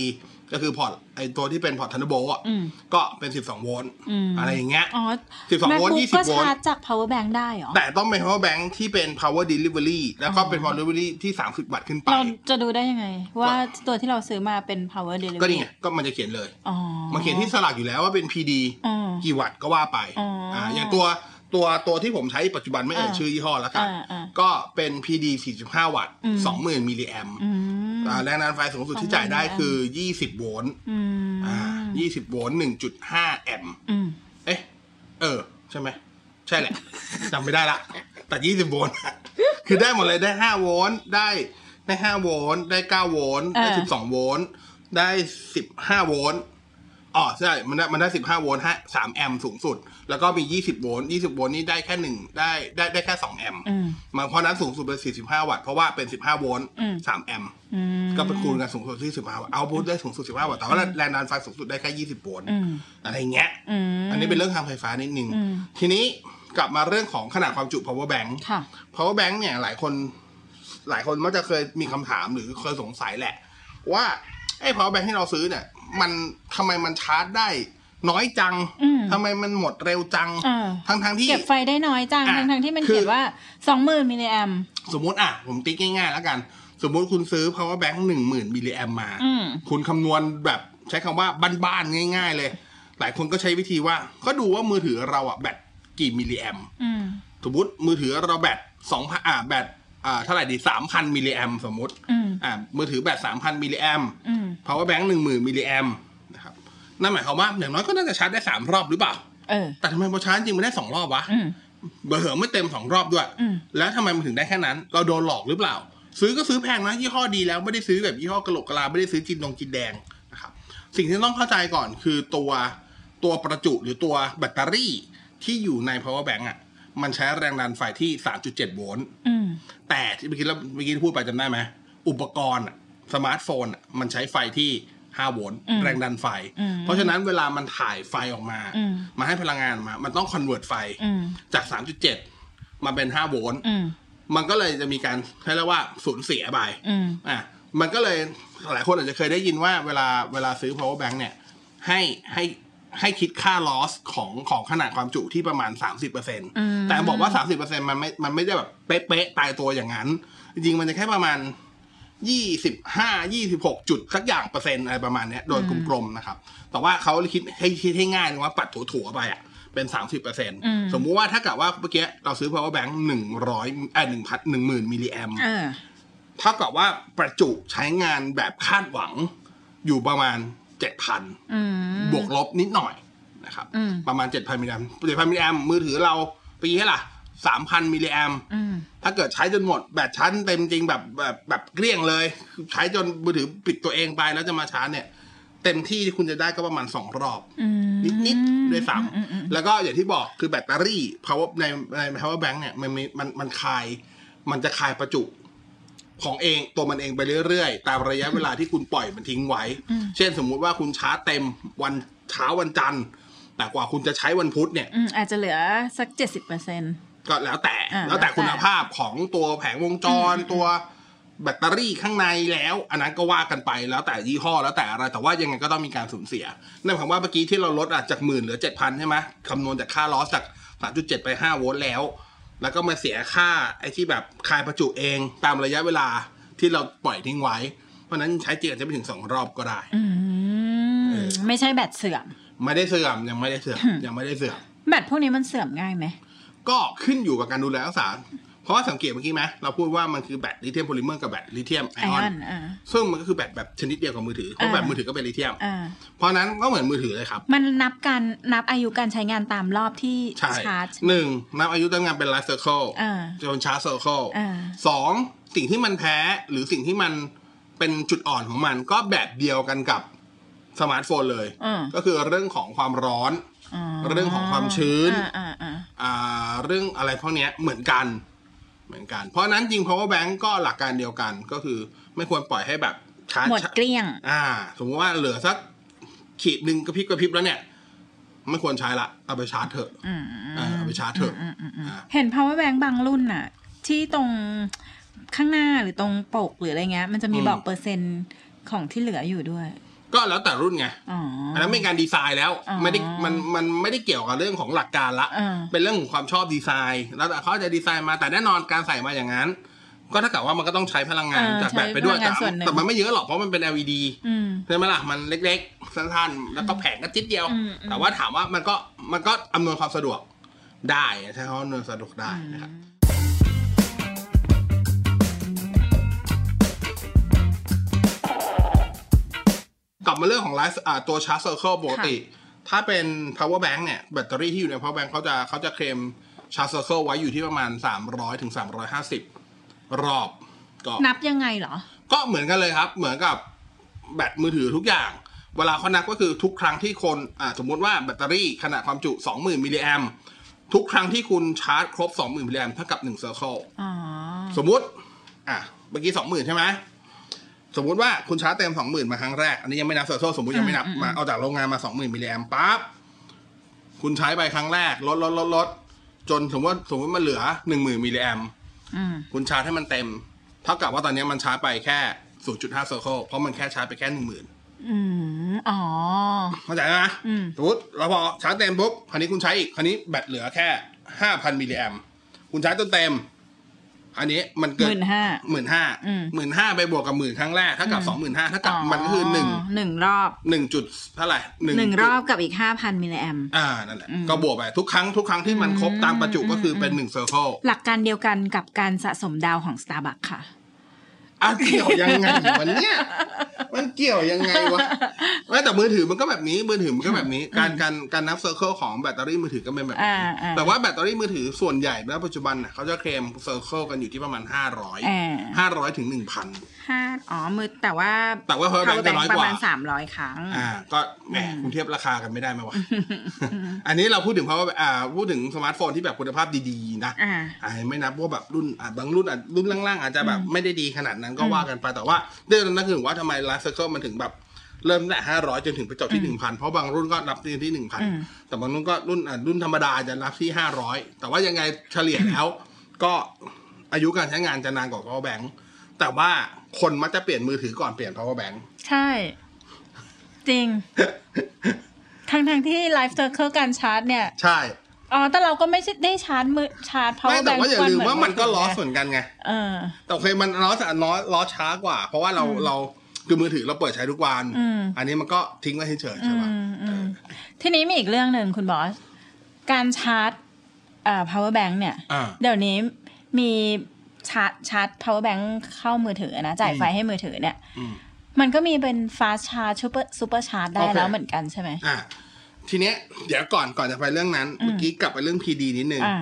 E: ก็คือพอร์ตไอตัวที่เป็นพอร์ต Thunderbolt อะ
F: อืม
E: ก็เป็น 12 โวลต์
F: อืม
E: อะไรอย่างเงี้ย
F: อ๋อ
E: 12โวลต์
F: MacBook ก็
E: 20 โวล
F: ชาร์จ
E: ต์
F: จาก power bank ได้เหรอ
E: แต่ต้องเป็น power bank ที่เป็น power delivery แล้วก็เป็น power delivery ที่ 30 วัตต์ขึ้นไป
F: เราจะดูได้ยังไง ว่าตัวที่เราซื้อมาเป็น power delivery
E: ก็นี่ไงก็มันจะเขียนเลย
F: อ๋อ
E: มันเขียนที่สลักอยู่แล้วว่าเป็น PD
F: อ๋อ
E: กี่วัตต์ก็ว่าไป
F: อ๋ออ่
E: าอย่างตัวตัวตัวที่ผมใช้ปัจจุบันไม่เอ่ย
F: อ่า
E: ชื่อยี่ห้อแล้วกัน
F: อ่าอ่า
E: ก็เป็น PD 45 วัตต์
F: อืม
E: 20,000 มิลลิแอม
F: อืม
E: อ่าแรงดันไฟสูงสุดที่จ่ายได้คือ 20 โวลต์
F: อืม
E: อ่า20 โวลต์ 1.5 แอมป์
F: อืม
E: เอ๊ะ เออ ใช่ไหม ใช่แหละ จำไม่ได้ละ แต่ 20 โวลต์ <laughs> คือได้หมดเลยได้ 5 โวลต์ ได้ได้ 5 โวลต์ ได้ 9 โวลต์ ได้
F: อ่า
E: 12 โวลต์ ได้ 15 โวลต์ อ๋อใช่มันได้มันได้15 โวลต์ฮะ3แอมป์สูงสุด แล้วก็มี 20 โวลต์ 20 โวลต์นี่ได้แค่หนึ่งได้ได้ได้แค่ 2 แอมป์
F: อืม
E: มันเพราะนั้นสูงสุดเป็น 45 วัตต์ เพราะว่าเป็น 15 โวลต์
F: อืม
E: 3 แอมป์
F: อืม
E: ก็ไปคูณกันสูงสุดที่ 15 วัตต์เอาพุทได้สูงสุด 15 วัตต์ แต่ว่าแรงดันไฟสูงสุดได้แค่ 20 โวลต์
F: อืม
E: อะไรอย่างเงี้ย
F: อืม
E: อันนี้เป็นเรื่องทางไฟฟ้านิดนึง
F: อืม
E: ทีนี้กลับมาเรื่องของขนาดความจุ power bank
F: ค่ะ
E: power bank เนี่ยหลายคน หลายคนมักจะเคยมีคำถามหรือเคยสงสัยแหละ ว่าไอ้ power bank ที่เราซื้อเนี่ย มันทำไมมันชาร์จได้น้อยจัง
F: อืม
E: ทำไมมันหมดเร็วจัง
F: อ่า
E: ทั้งทั้งๆที่
F: เก็บไฟได้น้อยจัง
E: อ่ะ
F: ทั้งทั้งๆที่มัน
E: คือ
F: เขียนว่าสองหมื่นมิลลิแอม
E: สมมติอ่ะ ผมติ๊กง่ายๆแล้วกัน สมมติคุณซื้อ power bank หนึ่งหมื่นมิลลิแอมมา
F: อืม
E: คุณคำนวณแบบใช้คำว่าบ้านๆง่าย ๆ เลย หลายคนก็ใช้วิธีว่า ก็ดูว่ามือถือเราอ่ะแบตกี่มิลลิแอม
F: อืม
E: สมมติมือถือเราแบตสองพันอ่าแบตอ่าเท่าไหร่ดีสามพันมิลลิแอมสมมติ
F: อืม
E: อ่ามือถือแบตสามพันมิลลิแอม
F: อืม
E: power bank หนึ่งหมื่นมิลลิแอมนะครับนั่นหมายความว่าอย่างน้อยก็น่าจะชาร์จได้สามรอบหรือเปล่า
F: เออ
E: แต่ทำไมพอชาร์จจริงมันได้สองรอบวะ
F: อืม
E: เบอร์เหอะไม่เต็มสองรอบด้วย
F: อืม
E: แล้วทำไมมันถึงได้แค่นั้น เราโดนหลอกหรือเปล่า ซื้อก็ซื้อแพงนะยี่ห้อดีแล้วไม่ได้ซื้อแบบยี่ห้อกระโหลกกะลาไม่ได้ซื้อจินดงจินแดงนะครับ สิ่งที่ต้องเข้าใจก่อนคือตัวตัวประจุหรือตัวแบตเตอรี่ที่อยู่ใน power bank อ่ะ มันใช้แรงดันไฟที่ 3.7 โวลต์
F: อืม
E: แต่ที่เมื่อกี้เราเมื่อกี้พูดไปจำได้ไหม อุปกรณ์อะสมาร์ทโฟนอะมันใช้ไฟที่ 5 โวลต์
F: อืม
E: แรงดันไฟ
F: อืม
E: เพราะฉะนั้นเวลามันถ่ายไฟออกมา
F: อืม
E: มาให้พลังงานมา มันต้องคอนเวิร์ตไฟ
F: อืม
E: จาก 3.7 มาเป็น 5 โวลต์
F: อืม
E: มันก็เลยจะมีการให้เรียกว่าสูญเสียไป
F: อืม
E: อ่ะ มันก็เลยหลายคนอาจจะเคยได้ยินว่าเวลาเวลาซื้อ power bank เนี่ย ให้ให้ให้คิดค่า loss ของของขนาดความจุที่ประมาณ 30%แต่บอกว่า 30%มันไม่ มันไม่ได้แบบเป๊ะๆตายตัวอย่างนั้น จริงๆ มันจะแค่ประมาณ 25 26 จุดสักอย่างเปอร์เซ็นต์อะไรประมาณเนี้ยโดยกลมๆนะครับ แต่ว่าเขาคิดให้คิดให้ง่ายนะว่าปัดถั่วๆไปอ่ะเป็น 30%สมมุติว่าถ้าเกิดว่าเมื่อกี้เราซื้อ power bank 100เอ่อ1,000 10,000มิลลิแอม
F: เออ
E: เท่ากับว่าประจุใช้งานแบบคาดหวังอยู่ประมาณ 7,000
F: อืม
E: บวกลบนิดหน่อยนะครับ
F: อืม
E: ประมาณ 7,000 มิลลิแอม7,000 มิลลิแอมมือถือเราปีให้ล่ะ 3,000 มิลลิแอม
F: อืม
E: ถ้าเกิดใช้จนหมด แบตชั้นเต็มจริงแบบแบบแบบเกลี้ยงเลย ใช้จนมือถือปิดตัวเองไปแล้วจะมาชาร์จเนี่ย เต็มที่ที่คุณจะได้ก็ประมาณ 2 รอบ
F: อืม
E: นิดๆด้วยซ้
F: อืมอืมอืม
E: ำแล้วก็อย่างที่บอกคือแบตเตอรี่ power ในใน power bank เนี่ยมันมีมันมันคาย มันจะคายประจุของเองตัวมันเองไปเรื่อยๆ ตามระยะเวลาที่คุณปล่อยมันทิ้งไว้ เช่นสมมุติว่าคุณชาร์จเต็มวันเช้าวันจันทร์ แต่กว่าคุณจะใช้วันพุธเนี่ย
F: อืมอาจจะเหลือสักเจ็ดสิบเปอร์เซ็นต์
E: ก็แล้วแต่
F: อ่า
E: แล้วแต่
F: แล้วแต่
E: คุณภาพของตัวแผงวงจรตัวแบตเตอรี่ข้างในแล้ว อันนั้นก็ว่ากันไปแล้วแต่ยี่ห้อแล้วแต่อะไรแต่ว่ายังไงก็ต้องมีการสูญเสียนั่นหมายความว่าเมื่อกี้ที่เราลดอ่ะจากหมื่นเหลือเจ็ดพันใช่ไหมคำนวณจากค่าลอสจากสามจุดเจ็ดไปห้าโวลต์แล้ว แล้วก็มาเสียค่าไอ้ที่แบบคายประจุเองตามระยะเวลาที่เราปล่อยทิ้งไว้ เพราะฉะนั้นใช้จริงอาจจะไปถึงสองรอบก็ได้
F: อืม ไม่ใช่แบตเสื่อม
E: ไม่ได้เสื่อมยังไม่ได้เสื่อมยังไม่ได้เสื่อม
F: แบตพวกนี้มันเสื่อมง่ายไหม
E: ก็ขึ้นอยู่กับการดูแลรักษา เพราะว่าสังเกตเมื่อกี้ไหมเราพูดว่ามันคือแบตลิเธียมโพลิเมอร์กับแบตลิเธียมไอ
F: ไอ
E: อ
F: อ
E: อ
F: อน
E: น
F: อ่า
E: ซึ่งมันก็คือแบตแบบชนิดเดียวกับมือถือ เพราะ
F: อ่า
E: แบตมือถือก็เป็นลิเธียม
F: อ่า
E: เพราะนั้นก็เหมือนมือถือเลยครับ
F: มันนับการนับอายุการใช้งานตามรอบที่
E: ใช่
F: ชาร์จ
E: หนึ่งนับอายุตั้งงานเป็นไลฟ์เซอร์เคิล
F: อ่า
E: จะเป็นชาร์จเซอร์เคิล
F: อ่า
E: สองสิ่งที่มันแพ้หรือสิ่งที่มันเป็นจุดอ่อนของมันก็แบบเดียวกันกับสมาร์ทโฟนเลย
F: อืม
E: ก็คือเรื่องของความร้อน เรื่องของความชื้น
F: อ่าอ่าอ่า
E: อ่าเรื่องอะไรพวกเนี้ยเหมือนกัน เหมือนกัน เพราะฉะนั้นจริง power bank ก็หลักการเดียวกันก็คือไม่ควรปล่อยให้แบบชาร์จ
F: หมดเกลี้ยง
E: อ่า สมมติว่าเหลือสักขีดหนึ่งกระพริบกระพริบแล้วเนี่ย ไม่ควรใช้ละเอาไปชาร์จเถอะ
F: อืม
E: อ่าเอาไปชาร์จเถอะอ่า
F: เห็น power bank บางรุ่นน่ะ ที่ตรงข้างหน้าหรือตรงปกหรืออะไรเงี้ย มันจะมี
E: อืม
F: บอกเปอร์เซ็นต์ของที่เหลืออยู่ด้วย
E: ก็แล้วแต่รุ่นไง
F: อ๋อ
E: อันนั้นเป็นการดีไซน์แล้ว
F: อ๋อ
E: ไม่ได้มันมันไม่ได้เกี่ยวกับเรื่องของหลักการละ
F: อ่า
E: เป็นเรื่องของความชอบดีไซน์ แล้วแต่เขาจะดีไซน์มาแต่แน่นอนการใส่มาอย่างนั้น ก็ถ้าเกิดว่ามันก็ต้องใช้พลังงาน
F: เออ
E: จาก
F: ใช้
E: แบตไปด้วย
F: พลัง
E: แต่
F: งานส่วนหนึ่ง
E: แต่มันไม่เยอะหรอกเพราะมันเป็น LED
F: อืม
E: ใช่ไหมล่ะ มันเล็กๆ สั้นๆ แล้วก็แผงก็จิดเดียว
F: อืมอืม
E: แต่ว่าถามว่ามันก็มันก็อำนวยความสะดวกได้ใช่เขาอำนวยความสะดวกได้นะครับกลับมาเรื่องของไลฟ์อ่าตัวชาร์จเซอร์เคิลปกติ ถ้าเป็น power bank เนี่ย แบตเตอรี่ที่อยู่ใน power bank เขาจะเขาจะเคลมชาร์จเซอร์เคิลไว้อยู่ที่ประมาณ 300ถึง350 รอบก็
F: นับยังไงเหรอ
E: ก็เหมือนกันเลยครับ เหมือนกับแบตมือถือทุกอย่าง เวลาเขานับก็คือทุกครั้งที่คนอ่าสมมติว่าแบตเตอรี่ขนาดความจุ 20,000 มิลลิแอมทุกครั้งที่คุณชาร์จครบ 20,000 มิลลิแอมเท่ากับ1เซอร์เคิล
F: อ๋อ
E: สมมุติ อ่ะเมื่อกี้ 20,000 ใช่ไหมสมมุติว่าคุณชาร์จเต็ม 20,000 มาครั้งแรก อันนี้ยังไม่นับเซอร์เคิลสมมติยังไม่นับ
F: อืม
E: มาเอาจากโรงงานมา 20,000 มิลลิแอมปั๊บคุณใช้ไปครั้งแรกลดลดลดลดจนสมมติว่าสมมติมันเหลือ 10,000 มิลลิแอม
F: อืม
E: คุณชาร์จให้มันเต็ม เท่ากับว่าตอนนี้มันชาร์จไปแค่ 0.5 circle เพราะมันแค่ชาร์จไปแค่ 10,000
F: อืม อ๋อ
E: เข้าใจไหม
F: อืม
E: สมมติเราพอชาร์จเต็มปุ๊บ คราวนี้คุณใช้อีก คราวนี้แบตเหลือแค่ 5,000 มิลลิแอมคุณชาร์จจนเต็ม อันนี้มัน
F: ห
E: เกิ
F: มื่
E: น
F: นห้า
E: หมื่นห้า
F: อืม
E: หมื่นห้าไปบวกกับหมื่นครั้งแรกเท่ากับสองหมื่นห้าเท่ากับมันก็คือหนึ่ง
F: หนึ่งรอบ
E: หนึ่งจุดเท่าไหร่
F: หนึ่ง
E: จุด
F: รอบกับอีกห้าพันมิลลิแอม
E: อ่านั่นแหละ
F: อืม
E: ก็บวกไปทุกครั้งทุกครั้งที่มันครบตามประจุก็คือเป็นหนึ่ง circle
F: หลักการเดียวกันกับการสะสมดาวของ Starbucks ค่ะ
E: อ่ะเกี่ยวยังไงวันเนี้ย มันเกี่ยวยังไงวะแม้แต่มือถือมันก็แบบนี้มือถือมันก็แบบนี้ การการการนับเซอร์เคิลของแบตเตอรี่มือถือก็เป็นแบบนี้
F: อ่าอ่า
E: แต่ว่าแบตเตอรี่มือถือส่วนใหญ่ณปัจจุบันน่ะเขาจะเคลมเซอร์เคิลกันอยู่ที่ประมาณ 500
F: อ่า
E: 500ถึง1,000
G: ห้าอ๋อมือแต่ว่า
E: แต่ว่า power bank จะน้อย
G: ป
E: ก
G: ระ
E: ว่า
G: มาณสามร้อยครั้ง
E: อ่าก็แหมคุณเทียบราคากันไม่ได้ไหมวะ อันนี้เราพูดถึงเพราะว่าอ่าพูดถึงสมาร์ทโฟนที่แบบคุณภาพดีๆนะ
G: อ่า
E: อ่าไม่นับว่าแบบรุ่นอ่ะบางรุ่นอ่ะรุ่นล่างๆ อาจจะแบบไม่ได้ดีขนาดนั้นก็ว่ากันไปแต่ว่าเรื่องนั้นก็คือว่าทำไมไลฟ์เซอร์เคิลมันถึงแบบ เริ่มตั้งแต่ห้าร้อยจนถึงไปจบที่หนึ่งพันเพราะบางรุ่นก็รับที่ที่หนึ่งพันแต่บางรุ่นก็รุ่นอ่ะรุ่นธรรมดาจะรับที่ห้าร้อยแต่ว่ายังไงเฉลี่ยแล้ว ก็อายุการใช้งานจะนานกว่า power bank แต่ว่าคนมักจะเปลี่ยนมือถือก่อนเปลี่ยน power bank <laughs>
F: ใช่ จริง ทั้งทงๆที่ไลฟ์เซอร์เคิลการชาร์จเนี่ย
E: ใช่
F: อ๋อ แต่เราก็ไม่ได้ชาร์จมือชาร์จ power
E: ไม่แต่
F: bank
E: ว่าอย่าลืม
F: ทุกน
E: ว่ามันก็ลอส
F: เห
E: เห
F: มือน
E: มือนกันไง
F: เออ
E: แต่โอเคมันล้อสล้อล้อช้ากว่า เพราะว่าเราเราคือมือถือเราเปิดใช้ทุกวัน
F: อืม
E: อันนี้มันก็ทิ้งไว้เฉยๆใช่ปะ
F: อืมอืมทีนี้มีอีกเรื่องหนึ่งคุณบอส การชาร์จเอ่อ power bank เนี่ย
E: อ่า
F: เดี๋ยวนี้มีชาร์จชาร์จ power bank เข้ามือถือนะ จ่ายไฟให้มือถือเนี่ย
E: อืม
F: มันก็มีเป็น fast charge super super charge ได้
E: โอเค
F: แล้วเหมือนกันใช่ไหม
E: อ่าทีเนี้ยเดี๋ยวก่อนก่อนจะไปเรื่องนั้น เมื่อกี้กลับไปเรื่อง PD นิดนึง
F: อ่า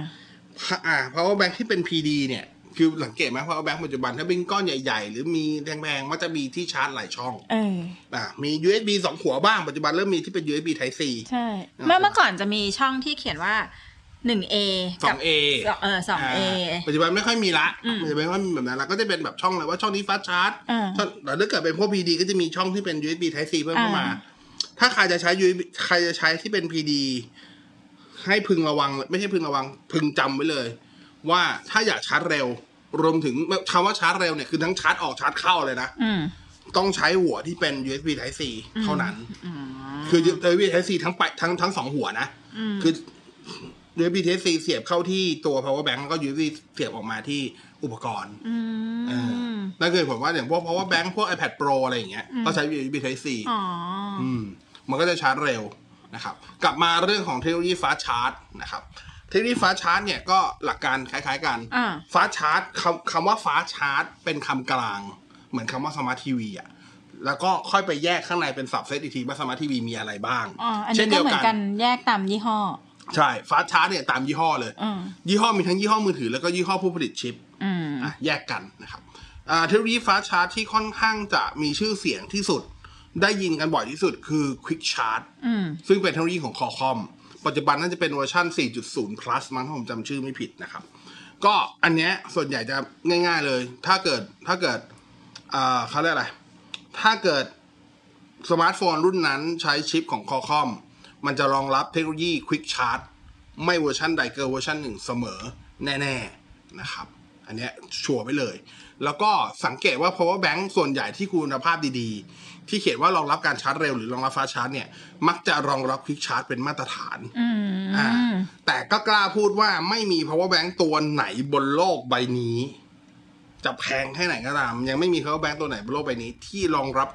E: พะอ่า power bank ที่เป็น PD เนี่ยคือสังเกตไหม power bank ปัจจุบันถ้าเป็นก้อนใหญ่ๆ หรือมีแพงๆมันจะมีที่ชาร์จหลายช่อง
F: เออ
E: อ่ามี USB สองหัวบ้างปัจจุบันเริ่มมีที่เป็น USB Type C
F: ใช่
G: เมื่อเมื่อก่อนจะมีช่องที่เขียนว่าหนึ่งเอ
E: สอง A
G: เออสองเอ
E: ปัจจุบันไม่ค่อยมีละ
G: อืม
E: ปัจจุบันไม่ค่อยมีแบบนั้นละก็จะเป็นแบบช่องเลยว่าช่องนี้ฟาสชาร์จ
F: อ่า
E: ช่องแต่ถ้าเกิดเป็นพวก PD ก็จะมีช่องที่เป็น USB Type C เพิ่มเข้ามา
F: อ่า
E: ถ้าใครจะใช้ USB ใครจะใช้ที่เป็น PD ให้พึงระวัง ไม่ใช่พึงระวัง พึงจำไว้เลย ว่าถ้าอยากชาร์จเร็ว รวมถึงคำว่าชาร์จเร็วเนี่ยคือทั้งชาร์จออกชาร์จเข้าเลยนะ
F: อืม
E: ต้องใช้หัวที่เป็น USB Type C เท่านั้น คือ USB Type C ทั้งไปทั้งทั้งสองหัวนะ คือ USB Type C เสียบเข้าที่ตัว power bank แล้วก็ USB เสียบออกมาที่อุปกรณ์เออนั่นคือผมว่าอย่างพวก power bank พวก iPad Pro อะไรอย่างเงี้ย ก็ใช้ USB Type C
G: อ๋อ
E: อืมมันก็จะชาร์จเร็วนะครับ กลับมาเรื่องของเทคโนโลยีฟาสชาร์จนะครับ เทคโนโลยีฟาสชาร์จเนี่ยก็หลักการคล้ายๆกัน
G: อ่า
E: ฟาสชาร์จคำคำว่าฟาสชาร์จเป็นคำกลาง เหมือนคำว่าสมาร์ททีวีอ่ะ แล้วก็ค่อยไปแยกข้างในเป็นสับเซตอีกทีว่าสมาร์ททีวีมีอะไรบ้าง
F: อ๋อ อันนี้ก็เหมือนกันแยกตามยี่ห้อ
E: ใช่ ฟาสต์ชาร์จเนี่ยตามยี่ห้อเลย
F: อืม
E: ยี่ห้อมีทั้งยี่ห้อมือถือแล้วก็ยี่ห้อผู้ผลิตชิป
F: อืม
E: อ่ะแยกกันนะครับอ่าเทคโนโลยีฟาสต์ชาร์จที่ค่อนข้างจะมีชื่อเสียงที่สุด ได้ยินกันบ่อยที่สุดคือ Quick Charge
F: อืม
E: ซึ่งเป็นเทคโนโลยีของคอคอม ปัจจุบันน่าจะเป็นเวอร์ชัน4.0 plus มั้งถ้าผมจำชื่อไม่ผิดนะครับ ก็อันเนี้ยส่วนใหญ่จะง่ายๆเลย ถ้าเกิดถ้าเกิดอ่าเขาเรียกอะไร ถ้าเกิดสมาร์ทโฟนรุ่นนั้นใช้ชิปของคอคอม มันจะรองรับเทคโนโลยี Quick Charge ไม่เวอร์ชันใดเกินเวอร์ชันหนึ่งเสมอแน่ๆนะครับ อันเนี้ยชัวร์ไปเลย แล้วก็สังเกตว่า power bank ส่วนใหญ่ที่คุณภาพดีๆ ที่เขียนว่ารองรับการชาร์จเร็วหรือรองรับฟ้าชาร์จเนี่ย มักจะรองรับ Quick Charge เป็นมาตรฐาน
F: อื
E: อ่าม แต่ก็กล้าพูดว่าไม่มี power bank ตัวไหนบนโลกใบนี้ จะแพงแค่ไหนก็ตาม ยังไม่มี power bank ตัวไหนบนโลกใบนี้ ที่รองรับ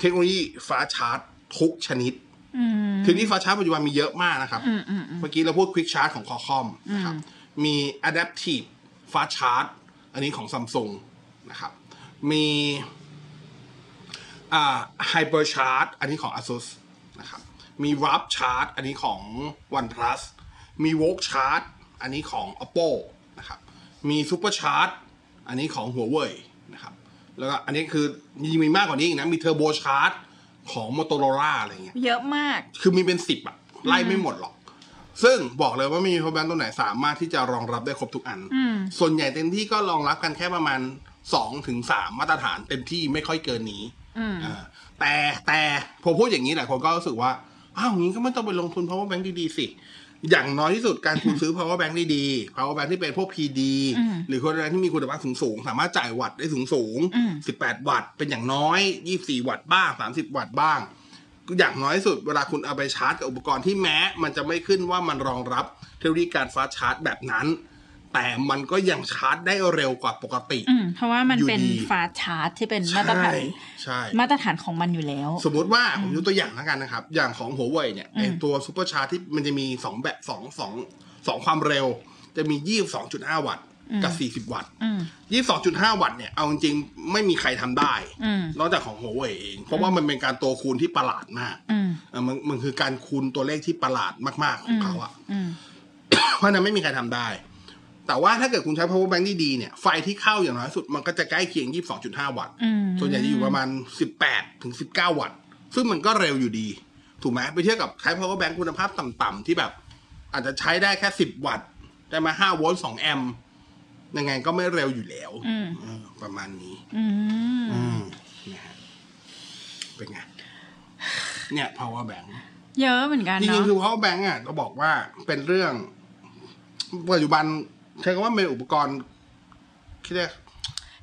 E: เทคโนโลยีฟ้าชาร์จทุกชนิด
F: อืม
E: ทีนี้ฟ้าชาร์จปัจจุบันมีเยอะมากนะครับ เมื่อกี้เราพูด Quick Charge ของ Qualcomm นะครับ มี Adaptive Fast Charge อันนี้ของ Samsung นะครับ มีอ่า Hyper Charge อันนี้ของ ASUS นะครับ มี Warp Charge อันนี้ของ OnePlus มี Vogue Charge อันนี้ของ Oppo นะครับ มี Super Charge อันนี้ของ Huawei นะครับ แล้วก็อันนี้คือยังมีมากกว่านี้อีกนะ มี Turbo Charge ของ Motorola อะไรอย่างเงี้ย
G: เยอะมาก
E: คือมีเป็นสิบอะไล่ไม่หมดหรอก ซึ่งบอกเลยว่าไม่มีพาวเวอร์แบงค์ตัวไหนสามารถที่จะรองรับได้ครบทุกอัน ส่วนใหญ่เต็มที่ก็รองรับกันแค่ประมาณ2ถึง3มาตรฐานเต็มที่ไม่ค่อยเกินนี้อ่าแต่แต่ผมพูดอย่างนี้หลายคนก็รู้สึกว่า อ้าวงี้ก็ไม่ต้องไปลงทุน power bank ดีๆสิ อย่างน้อยที่สุดการคุณซื้อ power bank ดีๆ power bank ที่เป็นพวก PD หรือคนอะไรที่มีคุณภาพสูงๆสามารถจ่ายวัตต์ได้สูงๆ18 วัตต์เป็นอย่างน้อย 24 วัตต์บ้าง 30 วัตต์บ้าง อย่างน้อยสุดเวลาคุณเอาไปชาร์จกับอุปกรณ์ที่แม้ มันจะไม่ขึ้นว่ามันรองรับเทคโนโลยีการฟ้าชาร์จแบบนั้น แต่มันก็ยังชาร์จได้เร็วกว่าปกติ
F: อืม เพราะว่ามัน
E: อยู่
F: เป็น
E: ดี
F: ฟาสชาร์จที่เป็นมาตรฐาน
E: ใช่ใช่
F: มาตรฐานของมันอยู่แล้ว
E: สมมติว่าผมยกตัวอย่างแล้วกันนะครับ อย่างของหัวเว่ยเนี่ยไอตัวซูเปอร์ชาร์จที่มันจะมี 2 แบบ2 2 2 ความเร็ว จะมี 22.5 วัตต์ กับ 40 วัตต์
H: อืม
E: 22.5 วัตต์เนี่ย เอาจริงๆไม่มีใครทำได้
H: อืม
E: นอกจากของหัวเว่ยเอง เพราะว่ามันเป็นการตัวคูณที่ประหลาดมาก
H: อืม
E: เออมันมันคือการคูณตัวเลขที่ประหลาดมากๆของเขาอะ
H: อืม
E: เพราะฉะนั้นไม่มีใครทำได้ แต่ว่าถ้าเกิดคุณใช้ power bank ที่ดีเนี่ย ไฟที่เข้าอย่างน้อยสุดมันก็จะใกล้เคียง 22.5 วัตต์
H: อืม
E: ส่วนใหญ่จะอยู่ประมาณ 18 ถึง 19 วัตต์ ซึ่งมันก็เร็วอยู่ดี ถูกไหมไปเทียบกับใช้ power bank คุณภาพต่ำๆที่แบบ อาจจะใช้ได้แค่ 10 วัตต์ ได้มา5โวลต์ 2 แอมป์ ยังไงก็ไม่เร็วอยู่แล้วเออประมาณนี้
H: อืม
E: อืมนะฮะเป็นไง เนี่ย power bank
F: เยอะเหมือนกัน
E: จริง
F: เนาะ
E: ๆคือ power bank อ่ะเราบอกว่าเป็นเรื่อง ปัจจุบันใช้คำว่าเป็นอุปกรณ์คิดได้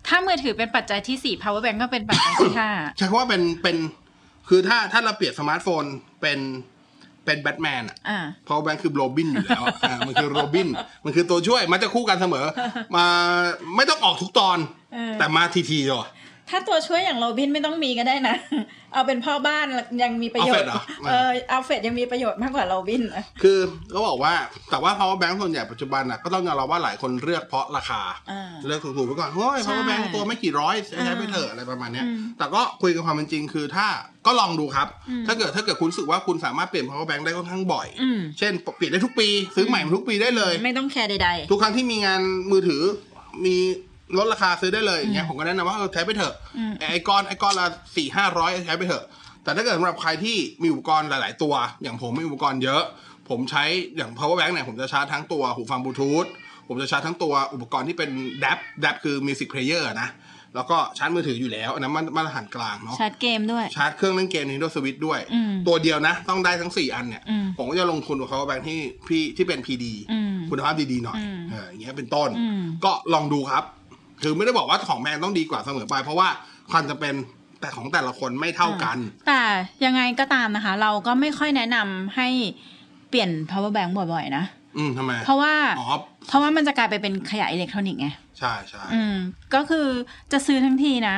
F: ถ้ามือถือเป็นปัจจัยที่สี่ power bank ก็เป็นปัจจัย
E: <coughs>
F: ที่ห้า
E: ใช้คำว่าเป็นเป็นคือถ้าถ้าเราเปรียบสมาร์ทโฟนเป็นเป็นแบทแมนอ่ะ
F: อ่า
E: power bank คือโรบินอยู่แล้วอ่ะ <laughs> มันคือโรบิน มันคือตัวช่วยมันจะคู่กันเสมอ มาไม่ต้องออกทุกตอน
F: เออ
E: แต่มาทีทีจ้ะ
F: ถ้าตัวช่วยอย่างโรบินไม่ต้องมีก็ได้นะ <laughs> เอาเป็นพ่อบ้านยังมีประโยชน์
E: อัลเฟรดเหรอ
F: เออเอาเฟรดยังมีประโยชน์มากกว่าโรบินอ่ะ
E: คือก็บอกว่าแต่ว่า power bank ส่วนใหญ่ปัจจุบันอ่ะก็ต้องยอมรับว่าหลายคนเลือกเพราะราคา
F: อ่า
E: เลือกถูกๆไปก่อนเฮ้ย
F: ใช่
E: power bank ตัวไม่กี่ร้อยใช้ไปเถอะอะไรประมาณเนี้ย แต่ก็คุยกับความเป็นจริงคือถ้าก็ลองดูครับ ถ้าเกิดถ้าเกิดคุณรู้สึกว่าคุณสามารถเปลี่ยน power bank ได้ค่อนข้างบ่อย
F: อืม
E: เช่นเปลี่ยนได้ทุกปี ซื้อใหม่ทุกปีได้เลย
F: ไม่ต้องแคร์ใด
E: ทุกครั้งที่มีงานมือถือมีลดราคาซื้อได้เลยอย่างเงี้ยผมก็แนะนำว่าเออใช้ไปเถอะไอ้ก้อนไอ้ก้อนละสี่ห้าร้อยใช้ไปเถอะ แต่ถ้าเกิดสำหรับใครที่มีอุปกรณ์หลาย ๆ ตัว อย่างผมมีอุปกรณ์เยอะ ผมใช้อย่าง power bank เนี่ยผมจะชาร์จทั้งตัวหูฟังบลูทูธผมจะชาร์จทั้งตัวอุปกรณ์ที่เป็น d a p d a p คือ music player นะ แล้วก็ชาร์จมือถืออยู่แล้วอันนั้นมาตรฐานกลางเนาะ
F: ๆ ชาร์จเกมด้วย
E: ชาร์จเครื่องเล่นเกม Nintendo Switch ด้วย ตัวเดียวนะ ต้องได้ทั้ง 4 อันเนี่ย ผมก็จะลงทุนกับเขาแบงค์ที่พี่ที่เป็น PD คุณภาพดี ๆ หน่อยเอออย่างเงี้ยเป็นต้น ก็ลองดูครับ คือไม่ได้บอกว่าของแบรนด์ต้องดีกว่าเสมอไป เพราะว่าความจะเป็นแต่ของแต่ละคนไม่เท่ากัน
F: แต่ยังไงก็ตามนะคะ เราก็ไม่ค่อยแนะนำให้เปลี่ยน power bank บ่อยๆ นะ
E: อืมทำไม
F: เพราะว่า
E: อ๋อ
F: เพราะว่ามันจะกลายไปเป็นขยะอิเล็กทรอนิกส์ไง
E: ใช่ใช่
F: อืม ก็คือจะซื้อทั้งทีนะ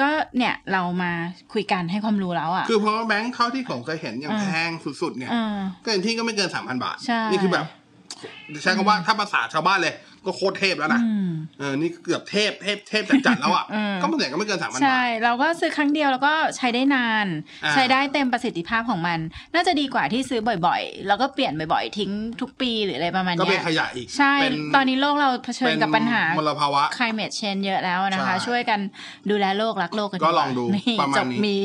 F: ก็เนี่ยเรามาคุยกันให้ความรู้แล้วอ่ะ
E: คือเพราะว่าแบงค์เท่าที่ผมเคยเห็นอย่าง
F: อ่า
E: แพงสุด ๆ เนี่ย
F: อ่า
E: ก็เห็นที่ก็ไม่เกิน 3,000 บาท
F: ใช่
E: นี่คือแบบใช้คำว่าถ้าภาษาชาวบ้านเลย ก็โคตรเทพแล้วนะ
F: อืม
E: เออนี่เกือบเทพเทพเทพจัดๆแล้วอ่ะ
F: อืม
E: ก็มันเหลือก็ไม่เกินสามพันบา
F: ใช่
E: ท
F: เราก็ซื้อครั้งเดียวแล้วก็ใช้ได้นาน
E: อ่า
F: ใช้ได้เต็มประสิทธิภาพของมัน น่าจะดีกว่าที่ซื้อบ่อยๆ แล้วก็เปลี่ยนบ่อยๆ ทิ้งทุกปีหรืออะไรประมาณ
E: ก็
F: เนี้
E: เป็น
F: ย
E: ขยะอีก
F: ใช่
E: เป็น
F: ตอนนี้โลกเราเผชิญกับปัญหา
E: เป็นมลภาวะ
F: climate change เยอะแล้วนะคะ
E: ใช่
F: ช่วยกันดูแลโลกรักโลกกัน
E: ก็ลองดู
F: นี่
E: ประมา
F: จ
E: ณ
F: บ
E: นี้
F: มี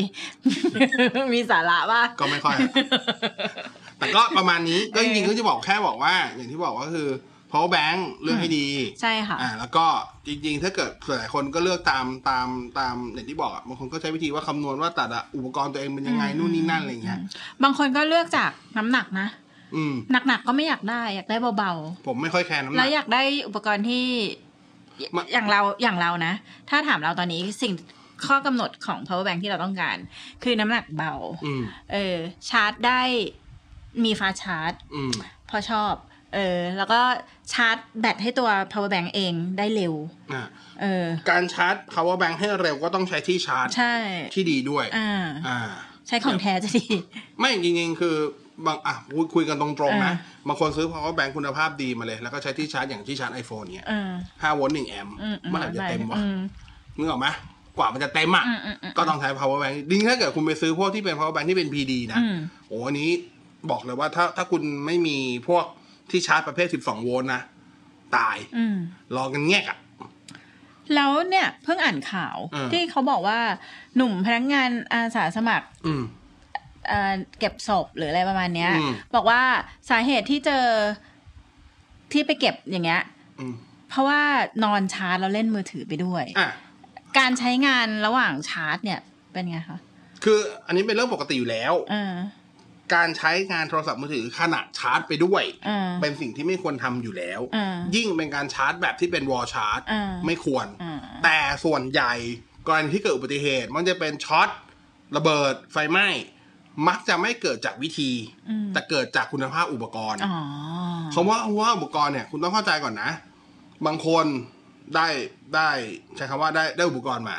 F: มี <laughs> สาระว่า
E: ก็ไม่ค่
F: <laughs>
E: อย แต่ก็ประมาณนี้ ก็จริงๆก็จะบอกแค่บอกว่า อย่างที่บอกว่าคือ power bank เลือกให้ดี
F: ใช่ค่ะ
E: อ่าแล้วก็จริงๆ ถ้าเกิดหลายคนก็เลือกตามตามตามอย่างที่บอกอ่ะบางคนก็ใช้วิธีว่าคำนวณว่าแต่ละอุปกรณ์ตัวเองเป็นยังไงนู่นนี่นั่นอะไรเงี้ย
F: บางคนก็เลือกจากน้ำหนักนะ
E: อืม
F: หนักๆก็ไม่อยากได้ อยากได้เบา
E: ผมไม่ค่อยแคร์น้ำห
F: ๆแล้
E: นั
F: ว
E: ก
F: อยากได้อุปกรณ์ที่อย่
E: มัน
F: อย่างเราอย่างเรานะ ถ้าถามเราตอนนี้สิ่งข้อกำหนดของ power bank ที่เราต้องการ คือน้ำหนักเบา
E: อืม
F: เออ ชาร์จได้มีฟ้าชาร์จ
E: อืม
F: พอชอบ เออ แล้วก็ชาร์จแบตให้ตัว power bank เองได้เร็ว
E: อ่า
F: เออ
E: การชาร์จ power bank ให้เร็วก็ต้องใช้ที่ชาร์จ
F: ใช่
E: ที่ดีด้วย
F: อ่า
E: อ่า
F: ใช้ของแท้จะดี
E: ไม่จริงๆคือบางอ่ะคุยคุยกันตรงๆนะ
F: อ่า
E: บางคนซื้อ power bank คุณภาพดีมาเลย แล้วก็ใช้ที่ชาร์จอย่างที่ชาร์จ iPhone เนี่ย
F: เออ
E: ห้าโวลต์หนึ่งแอมป์
F: อืมอื
E: เมื่อไหร่จะเต็มวะ
F: อืม
E: นึกออกไหมกว่ามันจะเต็มอ่ะ
F: อืมอืมอืม
E: ก็ต้องใช้ power bank จริงๆถ้าเกิดคุณไปซื้อพวกที่เป็น power bank ที่เป็น PD นะ
F: อืม
E: โอ้อันนี้บอกเลยว่าถ้าถ้าคุณไม่มีพวกที่ชาร์จประเภท 12 โวลต์นะ ตาย
F: อืม
E: รอกันแงกอ่ะ
F: แล้วเนี่ยเพิ่งอ่านข่าว
E: อ่า
F: ที่เขาบอกว่าหนุ่มพนักงานอาสาสมัคร
E: อืม
F: เอ่อเก็บศพหรืออะไรประมาณเนี้ย
E: อืม
F: บอกว่าสาเหตุที่เจอที่ไปเก็บอย่างเงี้ย
E: อืม
F: เพราะว่านอนชาร์จแล้วเล่นมือถือไปด้วย
E: อ่ะ
F: การใช้งานระหว่างชาร์จเนี่ยเป็นไงคะ
E: คืออันนี้เป็นเรื่องปกติอยู่แล้ว
F: เออ
E: การใช้งานโทรศัพท์มือถือขณะชาร์จไปด้วย
F: อ่า
E: เป็นสิ่งที่ไม่ควรทำอยู่แล้ว
F: อ่า
E: ยิ่งเป็นการชาร์จแบบที่เป็นวอลชาร์จ
F: อ่า
E: ไม่ควร
F: อ่า
E: แต่ส่วนใหญ่กรณีที่เกิดอุบัติเหตุ มันจะเป็นช็อตระเบิดไฟไหม้ มักจะไม่เกิดจากวิธี แต่เกิดจากคุณภาพอุปกรณ์
F: อ๋อ
E: คำว่าว่าอุปกรณ์เนี่ยคุณต้องเข้าใจก่อนนะ บางคนได้ได้ใช้คำว่าได้ได้อุปกรณ์มา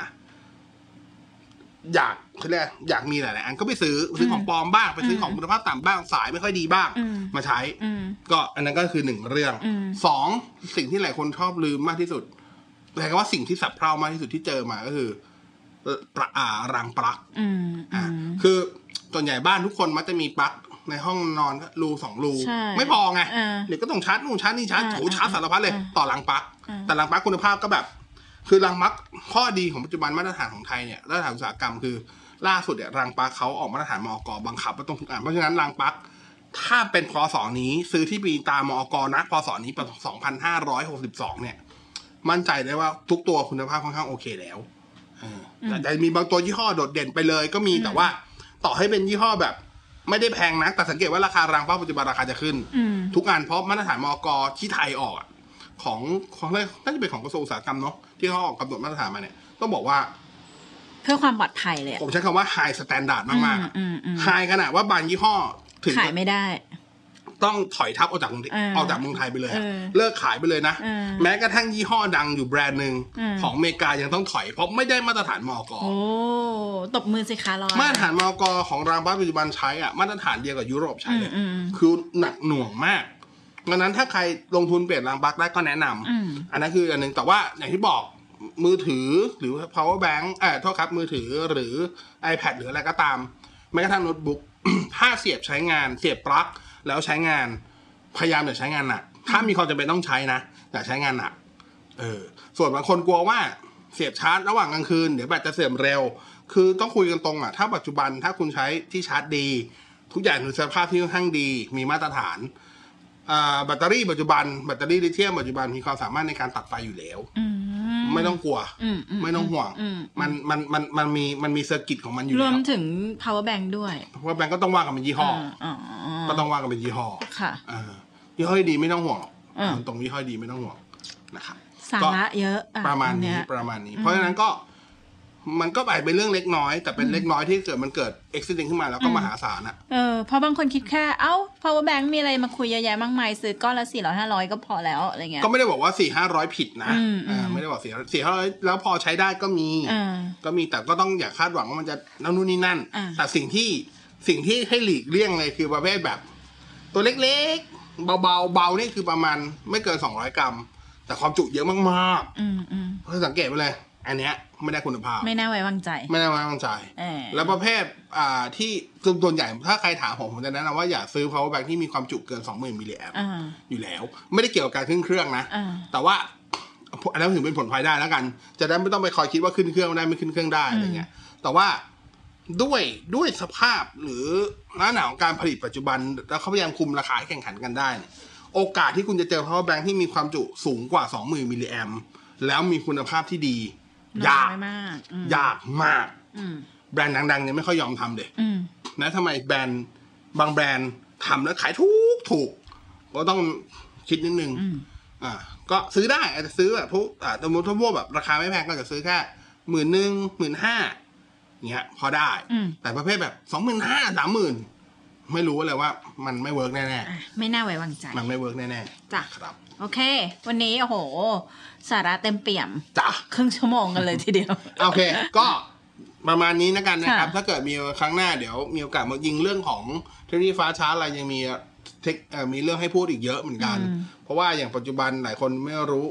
E: อยากคือแรยกอยากมีหลาย ๆ อันก็ไปซื้อซื้อของปลอมบ้างไปซื้อของคุณภาพต่ำบ้างสายไม่ค่อยดีบ้าง
G: อืม
E: มาใช้
G: อืม
E: ก็อันนั้นก็คือหนึ่งเรื่อง
G: อืม
E: สองสิ่งที่หลายคนชอบลืมมากที่สุดแปลว่าสิ่งที่สับเพร่ามากที่สุดที่เจอมาก็คือเอ่อประอ่ารางปลั๊ก
G: อืมอื
E: อ่ะ
G: ม
E: คือส่วนใหญ่บ้านทุกคนมักจะมีปลั๊กในห้องนอนก็รูสองรู
G: ใช่
E: ไม่พอไง
G: อ่า
E: เดี๋ยวก็ต้องชาร์จนู่นชาร์จนี่ชาร์จ
G: อ่า
E: โถชาร์จสารพัดเลย
G: อ่า
E: ต่อรังปลั๊ก
G: อ่า
E: แต่รังปลั๊กคุณภาพก็แบบ คือรังปลั๊กข้อดีของปัจจุบันมาตรฐานของไทยเนี่ยมาตรฐานอุตสาหกรรมคือ ล่าสุดเนี่ยรังปลั๊กเขาออกมาตรฐานมอกบังคับว่าต้องทุกอันเพราะฉะนั้นรังปลั๊กถ้าเป็นพศนี้ซื้อที่ปีตามมอกนะพศนี้ปี2562 เนี่ย มั่นใจได้ว่าทุกตัวคุณภาพค่อนข้างโอเคแล้ว แต่แต่มีบางตัวยี่ห้อโดดเด่นไปเลยก็มีแต่ว่า ต่อให้เป็นยี่ห้อแบบ ไม่ได้แพงนัก แต่สังเกตว่าราคารางเป้าปัจจุบันราคาจะขึ้น ทุกอันเพราะมาตรฐานมอกที่ไทยออกอะของของอะไรน่าจะเป็นของกระทรวงอุตสาหกรรมเนาะที่เขาออกกำหนดมาตรฐานมาเนี่ยต้องบอกว่า
G: เพื่อความปลอดภัยเลยอะ
E: ผมใช้คำว่าไฮสแตนดาร์ดมาก
G: อืมอืม
E: ๆไฮขนาดว่าบางยี่ห้อถึง
G: ขายไม่ได้
E: ต้องถอยทับออกจากเมือง
G: เออ
E: ออกจากเมืองไทยไปเลยอะ
G: เออ
E: เลิกขายไปเลยนะ
G: เออ
E: แม้กระทั่งยี่ห้อดังอยู่แบรนด์หนึ่ง
G: เออ
E: ของอเมริกายังต้องถอยเพราะไม่ได้มาตรฐานมอก
G: โอ้ตบมือสิคะรอย
E: มาตรฐานมอกของรางบ้านปัจจุบันใช้อะมาตรฐานเดียวกับยุโรปใช้เลย
G: อืมอืม
E: คือหนักหน่วงมากดังนั้นถ้าใครลงทุนเปลี่ยนรางบักได้ก็แนะนำ
G: อืม
E: อันนั้นคืออันหนึ่งแต่ว่าอย่างที่บอกมือถือหรือ power bank เอ่อโทษครับมือถือหรือ iPad หรืออะไรก็ตามแม้กระทั่งโน้ตบุ๊ก <coughs> ถ้าเสียบใช้งาน เสียบปลั๊กแล้วใช้งานพยายามอย่าใช้งานหนักถ้ามีความจำเป็นต้องใช้นะอย่าใช้งานหนัก เออส่วนบางคนกลัวว่าเสียบชาร์จระหว่างกลางคืนเดี๋ยวแบตจะเสื่อมเร็ว คือต้องคุยกันตรงอ่ะ ถ้าปัจจุบันถ้าคุณใช้ที่ชาร์จดี ทุกอย่างคุณภาพที่ค่อนข้างดีมีมาตรฐานอ่าแบตเตอรี่ปัจจุบันแบตเตอรี่ลิเธียมปัจจุบันมีความสามารถในการตัดไฟอยู่แล้ว
G: อืม
E: ไม่ต้องกลัว
G: อืมอืม
E: ไม่ต้องห่วง
G: อืม
E: มันมันมันมันมีมันมีเซอร์กิตของมันอ
G: ร
E: ยู่แล้ว ว
G: มถึง power bank ด้วย
E: เพราะว่าแบงก์ก็ต้องว่ากันเป็นยี่ห้อ
G: อ๋อ
E: ก็ต้องว่ากันเป็นยี่ห้อ
G: ค่ะ
E: เออยี่ห้อดีไม่ต้องห่วงหรอก
G: อืม
E: ตรงยี่ห้อดีไม่ต้องห่วงนะครับ
G: สาระเยอะอ่
E: ประมาณ
G: อัเนี้
E: นี้
G: ย
E: ประมาณนี้ เพราะฉะนั้นก็มันก็อาจเป็นเรื่องเล็กน้อย แต่เป็นเล็กน้อยที่เกิดมันเกิดอุบิเหตุขึ้นมาแล้วก็มหาศาลอ่ะ
G: เออเพราะบางคนคิดแค่ เอ้า power bank มีอะไรมาคุยเยอะแยะมากมาย ซื้อก้อนละสี่ร้อยห้าร้อยก็พอแล้ว อะไรเงี้ย
E: ก็ไม่ได้บอกว่าสี่ห้าร้อยผิดนะ
G: อืม
E: อ่า
G: อืม
E: ไม่ได้บอกสี่สี่ห้าร้อยแล้วพอใช้ได้ก็มี
G: เออ
E: ก็มีแต่ก็ต้องอย่าคาดหวังว่ามันจะนั่นนู่นนี่นั่น
G: อ่า
E: แต่สิ่งที่สิ่งที่ให้หลีกเลี่ยงเลยคือประเภทแบบ ตัวเล็กๆ เบาๆเบานี่คือประมาณไม่เกินสองร้อยกรัม แต่ความจุเยอะมาก
G: อืมอืม
E: ๆเพราะสังเกตไปเลย อันเนี้ยไม่ได้คุณภาพ
G: ไม่น่าไว้วางใจ
E: ไม่ได้ไว้วางใจ
G: เออ
E: แล้วประเภทอ่าที่คือส่วนใหญ่ถ้าใครถามผมผมจะแนะนำว่าอย่าซื้อ power bank ที่มีความจุเกิน 20,000มิลลิแอม
G: อ่า
E: อยู่แล้ว ไม่ได้เกี่ยวกับการขึ้นเครื่องนะ
G: อ่า
E: แต่ว่าอันนั้นถึงเป็นผลพลอยได้แล้วกัน จะได้ไม่ต้องไปคอยคิดว่าขึ้นเครื่องได้ไม่ขึ้นเครื่องได้อะไรเงี้ย แต่ว่าด้วยด้วยสภาพหรือหน้าหนาวของการผลิตปัจจุบัน แล้วเขาพยายามคุมราคาให้แข่งขันกันได้เนี่ยโอกาสที่คุณจะเจอ power bank ที่มีความจุสูงกว่า 20,000มิลลิแอมแล้วมีคุณภาพที่ดียาก
G: ไม่มากอืม
E: ยากมาก
G: อืม
E: แบรนด์ดังๆเนี่ยไม่ค่อยยอมทำเด็ก
G: อืม
E: นะทำไมแบรนด์บางแบรนด์ทำแล้วขายถูกถูกก็ต้องคิดนิดนึงอ่าก็ซื้อได้อาจจะซื้อแบบพวกอ่าสมมติถ้าพวกแบบราคาไม่แพงก็จะซื้อแค่หมื่นหนึ่งหมื่นห้าเงี้ย พอได้ แต่ประเภทแบบสองหมื่นห้าสามหมื่นไม่รู้เลยว่ามันไม่เวิร์กแน่
G: อ่ะไม่น่าไว้วางใจ
E: ๆ มันไม่เวิร์กแน่
G: จ้ะ
E: ๆครับ
G: โอเค วันนี้ โอ้โห สาระเต็มเปี่ยม
E: จ้ะ
G: ครึ่งชั่วโมงกันเลยทีเดียว
E: โอเค ก็ประมาณนี้นะกันนะครับ
G: ค่ะ
E: ถ้าเกิดมีครั้งหน้าเดี๋ยวมีโอกาสมายิงเรื่องของเทคโนโลยีฟ้าช้าอะไรยังมีเทคเอ่อมีเรื่องให้พูดอีกเยอะเหมือนกัน เพราะว่าอย่างปัจจุบันหลายคนไม่รู้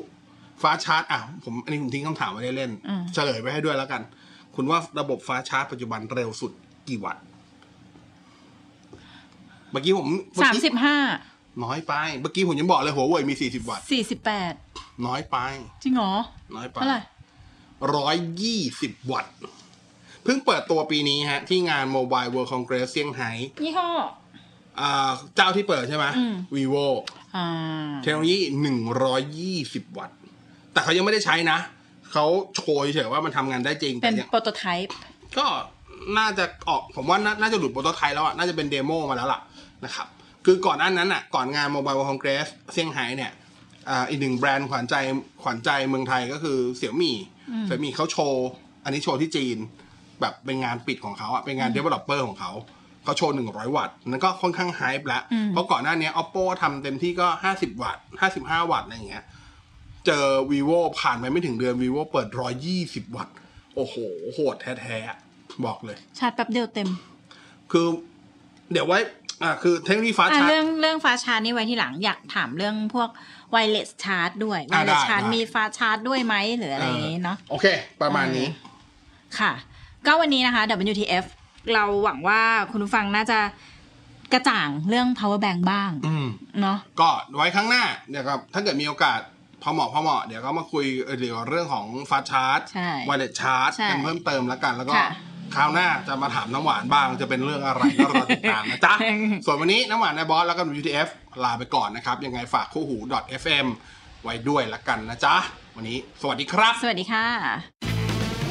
E: ฟ้าชาร์จอ่ะผมอันนี้ผมทิ้งคำถามไว้เล่นๆเฉลยไว้ให้ด้วยแล้วกัน คุณว่าระบบฟ้าชาร์จปัจจุบันเร็วสุดกี่วัตต์เมื่อกี้ผมเอ
G: สาม
E: กี้
G: สิบห้า
E: น้อยไปเมื่อกี้ผมยังบอกเลยหัวเว่ยมี40วัตต์
G: สี่สิบแปด
E: น้อยไป
G: จริงเหรอ
E: น้อยไป
G: เท่าไหร่
E: ร้อยยี่สิบวัตต์ เพิ่งเปิดตัวปีนี้ฮะ ที่งาน Mobile World Congress เซี่ยงไฮ้
G: ยี่ห้อ
E: อ่าเจ้าที่เปิดใช่ไหม
G: อืม
E: vivo
G: อ่า
E: เทคโนโลยีหนึ่งร้อยยี่สิบวัตต์ แต่เขายังไม่ได้ใช้นะ เขาโชยเฉยว่ามันทำงานได้จริง
G: เป็
E: แต่
G: น
E: ยัง
G: โปรโตไทป์
E: ก็น่าจะออก ผมว่าน่าน่าจะหลุดโปรโตไทป์แล้วอ่ะ น่าจะเป็นเดโมมาแล้วล่ะนะครับ คือก่อนหน้านั้นอ่ะ ก่อนงาน Mobile World Congress เซี่ยงไฮ้เนี่ยอ่าอีกหนึ่งแบรนด์ขวัญใจขวัญใจเมืองไทยก็คือเสี่ยมี่เสี่ยมี่เขาโชว์ อันนี้โชว์ที่จีน แบบเป็นงานปิดของเขาอะเป็นงาน developer ของเขา เขาโชว์ 100 วัตต์นั่นก็ค่อนข้างไฮป์แล้ว เพราะก่อนหน้านี้ oppo ทำเต็มที่ก็ 50 วัตต์ 55 วัตต์อะไรอย่างเงี้ย เจอ vivo ผ่านไปไม่ถึงเดือน vivo เปิด 120 วัตต์ โอ้โห โหดแท้ๆ บอกเลย
F: ชาร์จแป๊บเดียวเต็ม
E: คือเดี๋ยวไว้ อ่าคือเทคโนโลยีฟ้า
F: อ่ะ
E: ชาร์จ
F: เรื่องเรื่องฟ้าชาร์จนี่ไว้ที่หลังอยากถามเรื่องพวกไวเลสชาร์จด้วยไว
E: อ่ะ
F: เลส
E: ได้
F: ชาร์จ
E: ได้
F: มีฟ้าชาร์จด้วยไหมหรืออะไรอย่างงี้เนาะ
E: โอเค ประมาณนี้
F: ค่ะ ก็วันนี้นะคะ WTF เราหวังว่าคุณผู้ฟังน่าจะกระจ่างเรื่อง power bank บ้าง
E: อืม
F: เนาะ
E: ก็ไว้ข้างหน้าเดี๋ยวครับ ถ้าเกิดมีโอกาสพอเหมาะพอเหมาะ เดี๋ยวก็มาคุยเอ่อเดี๋ยวเรื่องของฟาสต์ชาร์จ
F: ใช่
E: ไวเลสชาร์จ
F: ใช่
E: กันเพิ่มเติมแล้วกัน แล้วก็
F: ค่ะ
E: คราวหน้าจะมาถามน้ำหวานบ้างจะเป็นเรื่องอะไรก็รอติดตามนะ
F: <laughs>
E: จ๊ะ ส่วนวันนี้น้ำหวานนายบอสแล้วก็ UTF ลาไปก่อนนะครับ ยังไงฝากคู่หู .fm ไว้ด้วยละกันนะจ๊ะ วันนี้สวัสดีครับ
F: สวัสดีค่ะ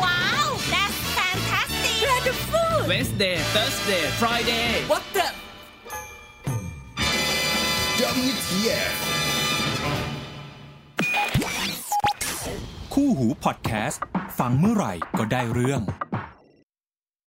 B: Wow, that's fantastic. Wonderful.
C: Wednesday, Thursday, Friday.
B: What the?
I: WTF
A: คู่หูพอดแคสต์ ฟังเมื่อไหร่ก็ได้เรื่อง